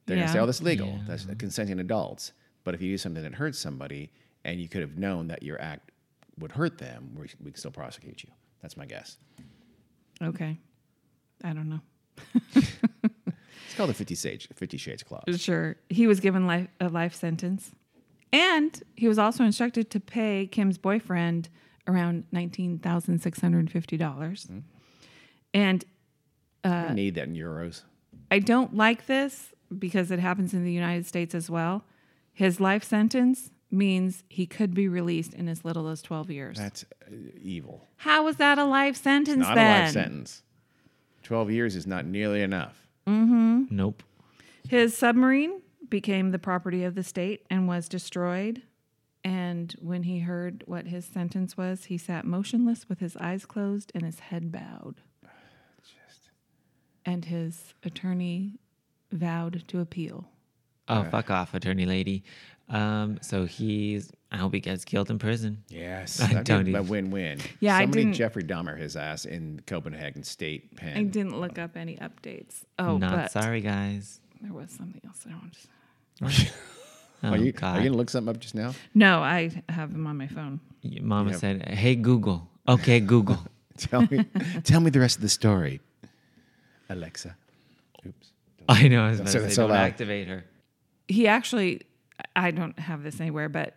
[SPEAKER 1] they're gonna say,
[SPEAKER 3] Yeah.
[SPEAKER 1] "Oh, that's legal. That's consenting adults." But if you do something that hurts somebody, and you could have known that your act would hurt them, we we can still prosecute you. That's my guess.
[SPEAKER 3] Okay. I don't know.
[SPEAKER 1] It's called the Fifty Shades Fifty Shades Clause.
[SPEAKER 3] Sure. He was given life, a life sentence. And he was also instructed to pay Kim's boyfriend around $19,650. dollars And
[SPEAKER 1] I don't need that in euros.
[SPEAKER 3] I don't like this because it happens in the United States as well. His life sentence means he could be released in as little as 12 years.
[SPEAKER 1] That's uh, evil.
[SPEAKER 3] How is that a life sentence
[SPEAKER 1] Not
[SPEAKER 3] then?
[SPEAKER 1] a life sentence. Twelve years is not nearly enough.
[SPEAKER 2] Nope.
[SPEAKER 3] His submarine became the property of the state and was destroyed. And when he heard what his sentence was, he sat motionless with his eyes closed and his head bowed. And his attorney vowed to appeal.
[SPEAKER 2] Oh, fuck off, attorney lady. Um, so he's, I hope he gets killed in prison.
[SPEAKER 1] Yes,
[SPEAKER 3] [laughs]
[SPEAKER 2] I
[SPEAKER 1] that'd
[SPEAKER 2] don't
[SPEAKER 1] be a
[SPEAKER 2] even-
[SPEAKER 1] win-win.
[SPEAKER 3] Yeah, I
[SPEAKER 1] somebody
[SPEAKER 3] didn't-
[SPEAKER 1] Jeffrey Dahmer his ass in Copenhagen State Pen.
[SPEAKER 3] I didn't look up any updates. Oh,
[SPEAKER 2] Not
[SPEAKER 3] but
[SPEAKER 2] sorry, guys.
[SPEAKER 3] there was something else I wanted. To...
[SPEAKER 2] Oh,
[SPEAKER 1] Are you
[SPEAKER 2] God.
[SPEAKER 1] are you gonna look something up just now? [laughs]
[SPEAKER 3] No, I have them on my phone.
[SPEAKER 2] Your Mama said, hey, Google. Okay, Google.
[SPEAKER 1] [laughs] Tell me, tell me the rest of the story, Alexa. Oops.
[SPEAKER 2] [laughs] I know. I was
[SPEAKER 1] say
[SPEAKER 2] going to
[SPEAKER 1] that
[SPEAKER 2] say,
[SPEAKER 1] so
[SPEAKER 2] don't
[SPEAKER 1] loud.
[SPEAKER 2] activate her.
[SPEAKER 3] He actually, I don't have this anywhere, but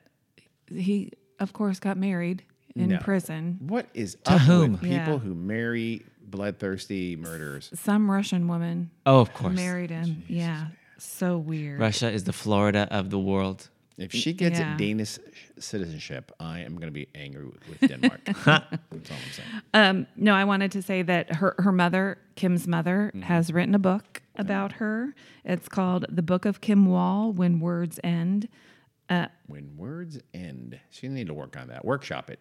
[SPEAKER 3] he of course got married in
[SPEAKER 1] No.
[SPEAKER 3] prison.
[SPEAKER 1] What is up
[SPEAKER 2] whom?
[SPEAKER 1] with people
[SPEAKER 3] Yeah.
[SPEAKER 1] who marry bloodthirsty murderers?
[SPEAKER 3] Some Russian woman
[SPEAKER 2] Oh, of course.
[SPEAKER 3] married him. yeah. So weird.
[SPEAKER 2] Russia is the Florida of the world.
[SPEAKER 1] If she gets
[SPEAKER 3] yeah.
[SPEAKER 1] a Danish citizenship, I am going to be angry with Denmark.
[SPEAKER 3] [laughs]
[SPEAKER 1] That's all I'm saying.
[SPEAKER 3] Um, no, I wanted to say that her, her mother, Kim's mother, has written a book about her. It's called The Book of Kim Wall When Words End.
[SPEAKER 1] When words end, she need to work on that. Workshop it.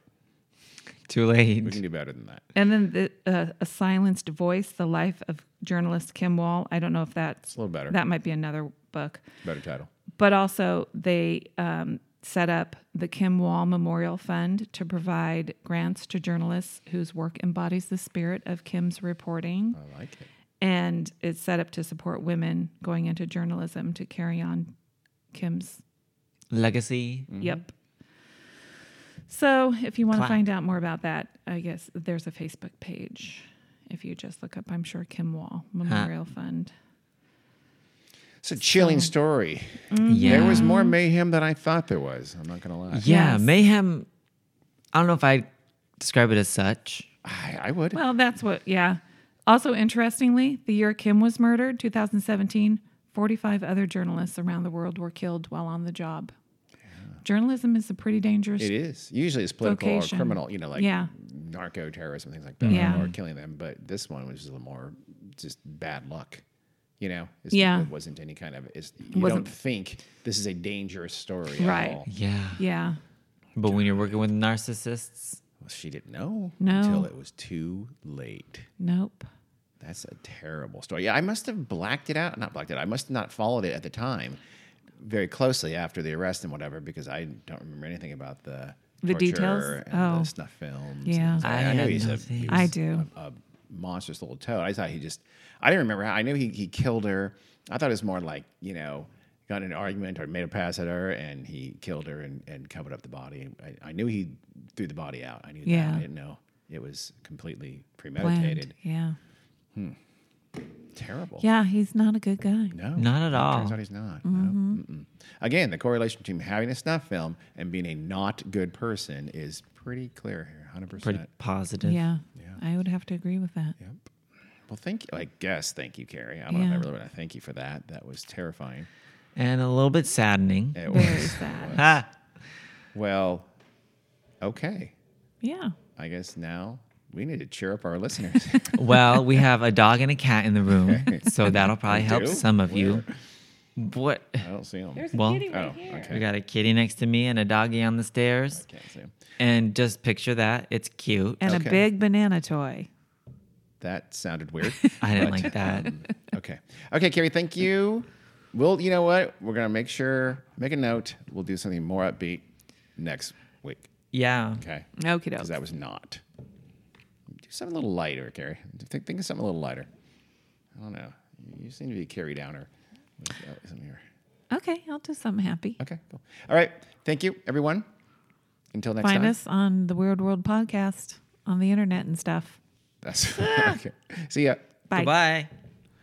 [SPEAKER 2] Too
[SPEAKER 1] We
[SPEAKER 2] late.
[SPEAKER 1] can do better than that.
[SPEAKER 3] And then the, uh, A Silenced Voice, The Life of Journalist Kim Wall. I don't know if that's
[SPEAKER 1] It's a little better.
[SPEAKER 3] that might be another book.
[SPEAKER 1] better title.
[SPEAKER 3] But also, they um, set up the Kim Wall Memorial Fund to provide grants to journalists whose work embodies the spirit of Kim's reporting.
[SPEAKER 1] I like it.
[SPEAKER 3] and it's set up to support women going into journalism to carry on Kim's.
[SPEAKER 2] Legacy.
[SPEAKER 3] Yep. So if you want
[SPEAKER 2] Clap.
[SPEAKER 3] to find out more about that, I guess there's a Facebook page. If you just look up, I'm sure Kim Wall Memorial Fund.
[SPEAKER 1] It's a chilling story.
[SPEAKER 3] Mm-hmm.
[SPEAKER 2] Yeah.
[SPEAKER 1] There was more mayhem than I thought there was. I'm not going to lie.
[SPEAKER 2] yeah.
[SPEAKER 3] Yes.
[SPEAKER 2] Mayhem. I don't know if I describe it as such.
[SPEAKER 1] I, I would.
[SPEAKER 3] Well, that's what. Yeah. Also, interestingly, the year Kim was murdered, 2017, 45 other journalists around the world were killed while on the job. Journalism is a pretty dangerous.
[SPEAKER 1] it is. Usually it's political
[SPEAKER 3] Vocation.
[SPEAKER 1] or criminal, you know, like
[SPEAKER 3] Yeah.
[SPEAKER 1] narco terrorism, things like that,
[SPEAKER 3] Yeah.
[SPEAKER 1] or killing them. But this one was just a little more just bad luck. You know, It's-
[SPEAKER 3] Yeah.
[SPEAKER 1] it wasn't any kind of. It's, you
[SPEAKER 3] Wasn't-
[SPEAKER 1] don't think this is a dangerous story,
[SPEAKER 3] Right.
[SPEAKER 1] At all.
[SPEAKER 2] Yeah.
[SPEAKER 3] Yeah.
[SPEAKER 2] But when you're working with narcissists,
[SPEAKER 1] Well, she didn't know
[SPEAKER 3] No.
[SPEAKER 1] until it was too late.
[SPEAKER 3] Nope.
[SPEAKER 1] That's a terrible story. Yeah, I must have blacked it out. Not blacked it. out. I must have not followed it at the time very closely after the arrest and whatever because I don't remember anything about the
[SPEAKER 3] The
[SPEAKER 1] torture
[SPEAKER 3] details?
[SPEAKER 1] and
[SPEAKER 3] Oh.
[SPEAKER 1] the snuff films. and
[SPEAKER 3] Yeah.
[SPEAKER 1] things like
[SPEAKER 2] I
[SPEAKER 1] that. I, know
[SPEAKER 2] had
[SPEAKER 1] he's a,
[SPEAKER 2] nothing.
[SPEAKER 1] he was
[SPEAKER 3] I do.
[SPEAKER 1] a, a monstrous little toad. I thought he just. I didn't remember how. I knew he he killed her. I thought it was more like you know. Got in an argument or made a pass at her, and he killed her and, and covered up the body. I, I knew he threw the body out. I knew that.
[SPEAKER 3] Yeah.
[SPEAKER 1] I didn't know it was completely
[SPEAKER 3] Bland.
[SPEAKER 1] premeditated.
[SPEAKER 3] Yeah.
[SPEAKER 1] Terrible.
[SPEAKER 3] Yeah. He's not a good guy.
[SPEAKER 1] No,
[SPEAKER 2] Not at all.
[SPEAKER 1] Turns out he's not.
[SPEAKER 3] Mm-hmm.
[SPEAKER 1] No. Mm-mm. Again, the correlation between having a snuff film and being a not good person is pretty clear here, hundred
[SPEAKER 2] pretty
[SPEAKER 1] percent.
[SPEAKER 2] positive.
[SPEAKER 3] Yeah, I would have to agree with that.
[SPEAKER 1] Yep. Well, thank you. I guess thank you, Carrie. I don't know
[SPEAKER 3] Yeah.
[SPEAKER 1] if I really want to thank you for that. That was terrifying.
[SPEAKER 2] And a little bit saddening.
[SPEAKER 1] It
[SPEAKER 3] Very
[SPEAKER 1] was.
[SPEAKER 3] sad.
[SPEAKER 2] Ha!
[SPEAKER 1] Well, okay.
[SPEAKER 3] Yeah.
[SPEAKER 1] I guess now we need to cheer up our
[SPEAKER 3] [laughs]
[SPEAKER 1] listeners.
[SPEAKER 2] Well, we have a dog and a cat in
[SPEAKER 1] [laughs]
[SPEAKER 2] the room, so that'll probably
[SPEAKER 1] We
[SPEAKER 2] help
[SPEAKER 1] do?
[SPEAKER 2] some of you. What?
[SPEAKER 1] I don't see them.
[SPEAKER 3] a
[SPEAKER 2] Well- kitty
[SPEAKER 1] right Oh, here. okay.
[SPEAKER 2] We got a kitty next to me and a doggy on the stairs.
[SPEAKER 1] Can't see 'em.
[SPEAKER 2] And just picture that. It's cute.
[SPEAKER 3] And
[SPEAKER 1] Okay.
[SPEAKER 3] a big banana toy.
[SPEAKER 1] That sounded
[SPEAKER 2] [laughs]
[SPEAKER 1] weird.
[SPEAKER 2] I didn't
[SPEAKER 1] but-
[SPEAKER 2] like that.
[SPEAKER 1] Okay. Okay, Carrie, thank you. We'll, you know what? We're going to make sure, make a note. We'll do something more upbeat next week.
[SPEAKER 2] Yeah.
[SPEAKER 1] Okay.
[SPEAKER 3] Okie doke.
[SPEAKER 1] Because that was not. Do something a little lighter, Carrie. Think, think of something a little lighter. I don't know. You seem to be a Carrie Downer. What's- oh, something here.
[SPEAKER 3] Okay, I'll do something happy.
[SPEAKER 1] Okay, cool. All right. Thank you, everyone. Until next
[SPEAKER 3] Find
[SPEAKER 1] time.
[SPEAKER 3] us on the Weird World podcast on the internet and stuff.
[SPEAKER 1] That's, [laughs] okay. See ya.
[SPEAKER 3] Bye.
[SPEAKER 2] Goodbye.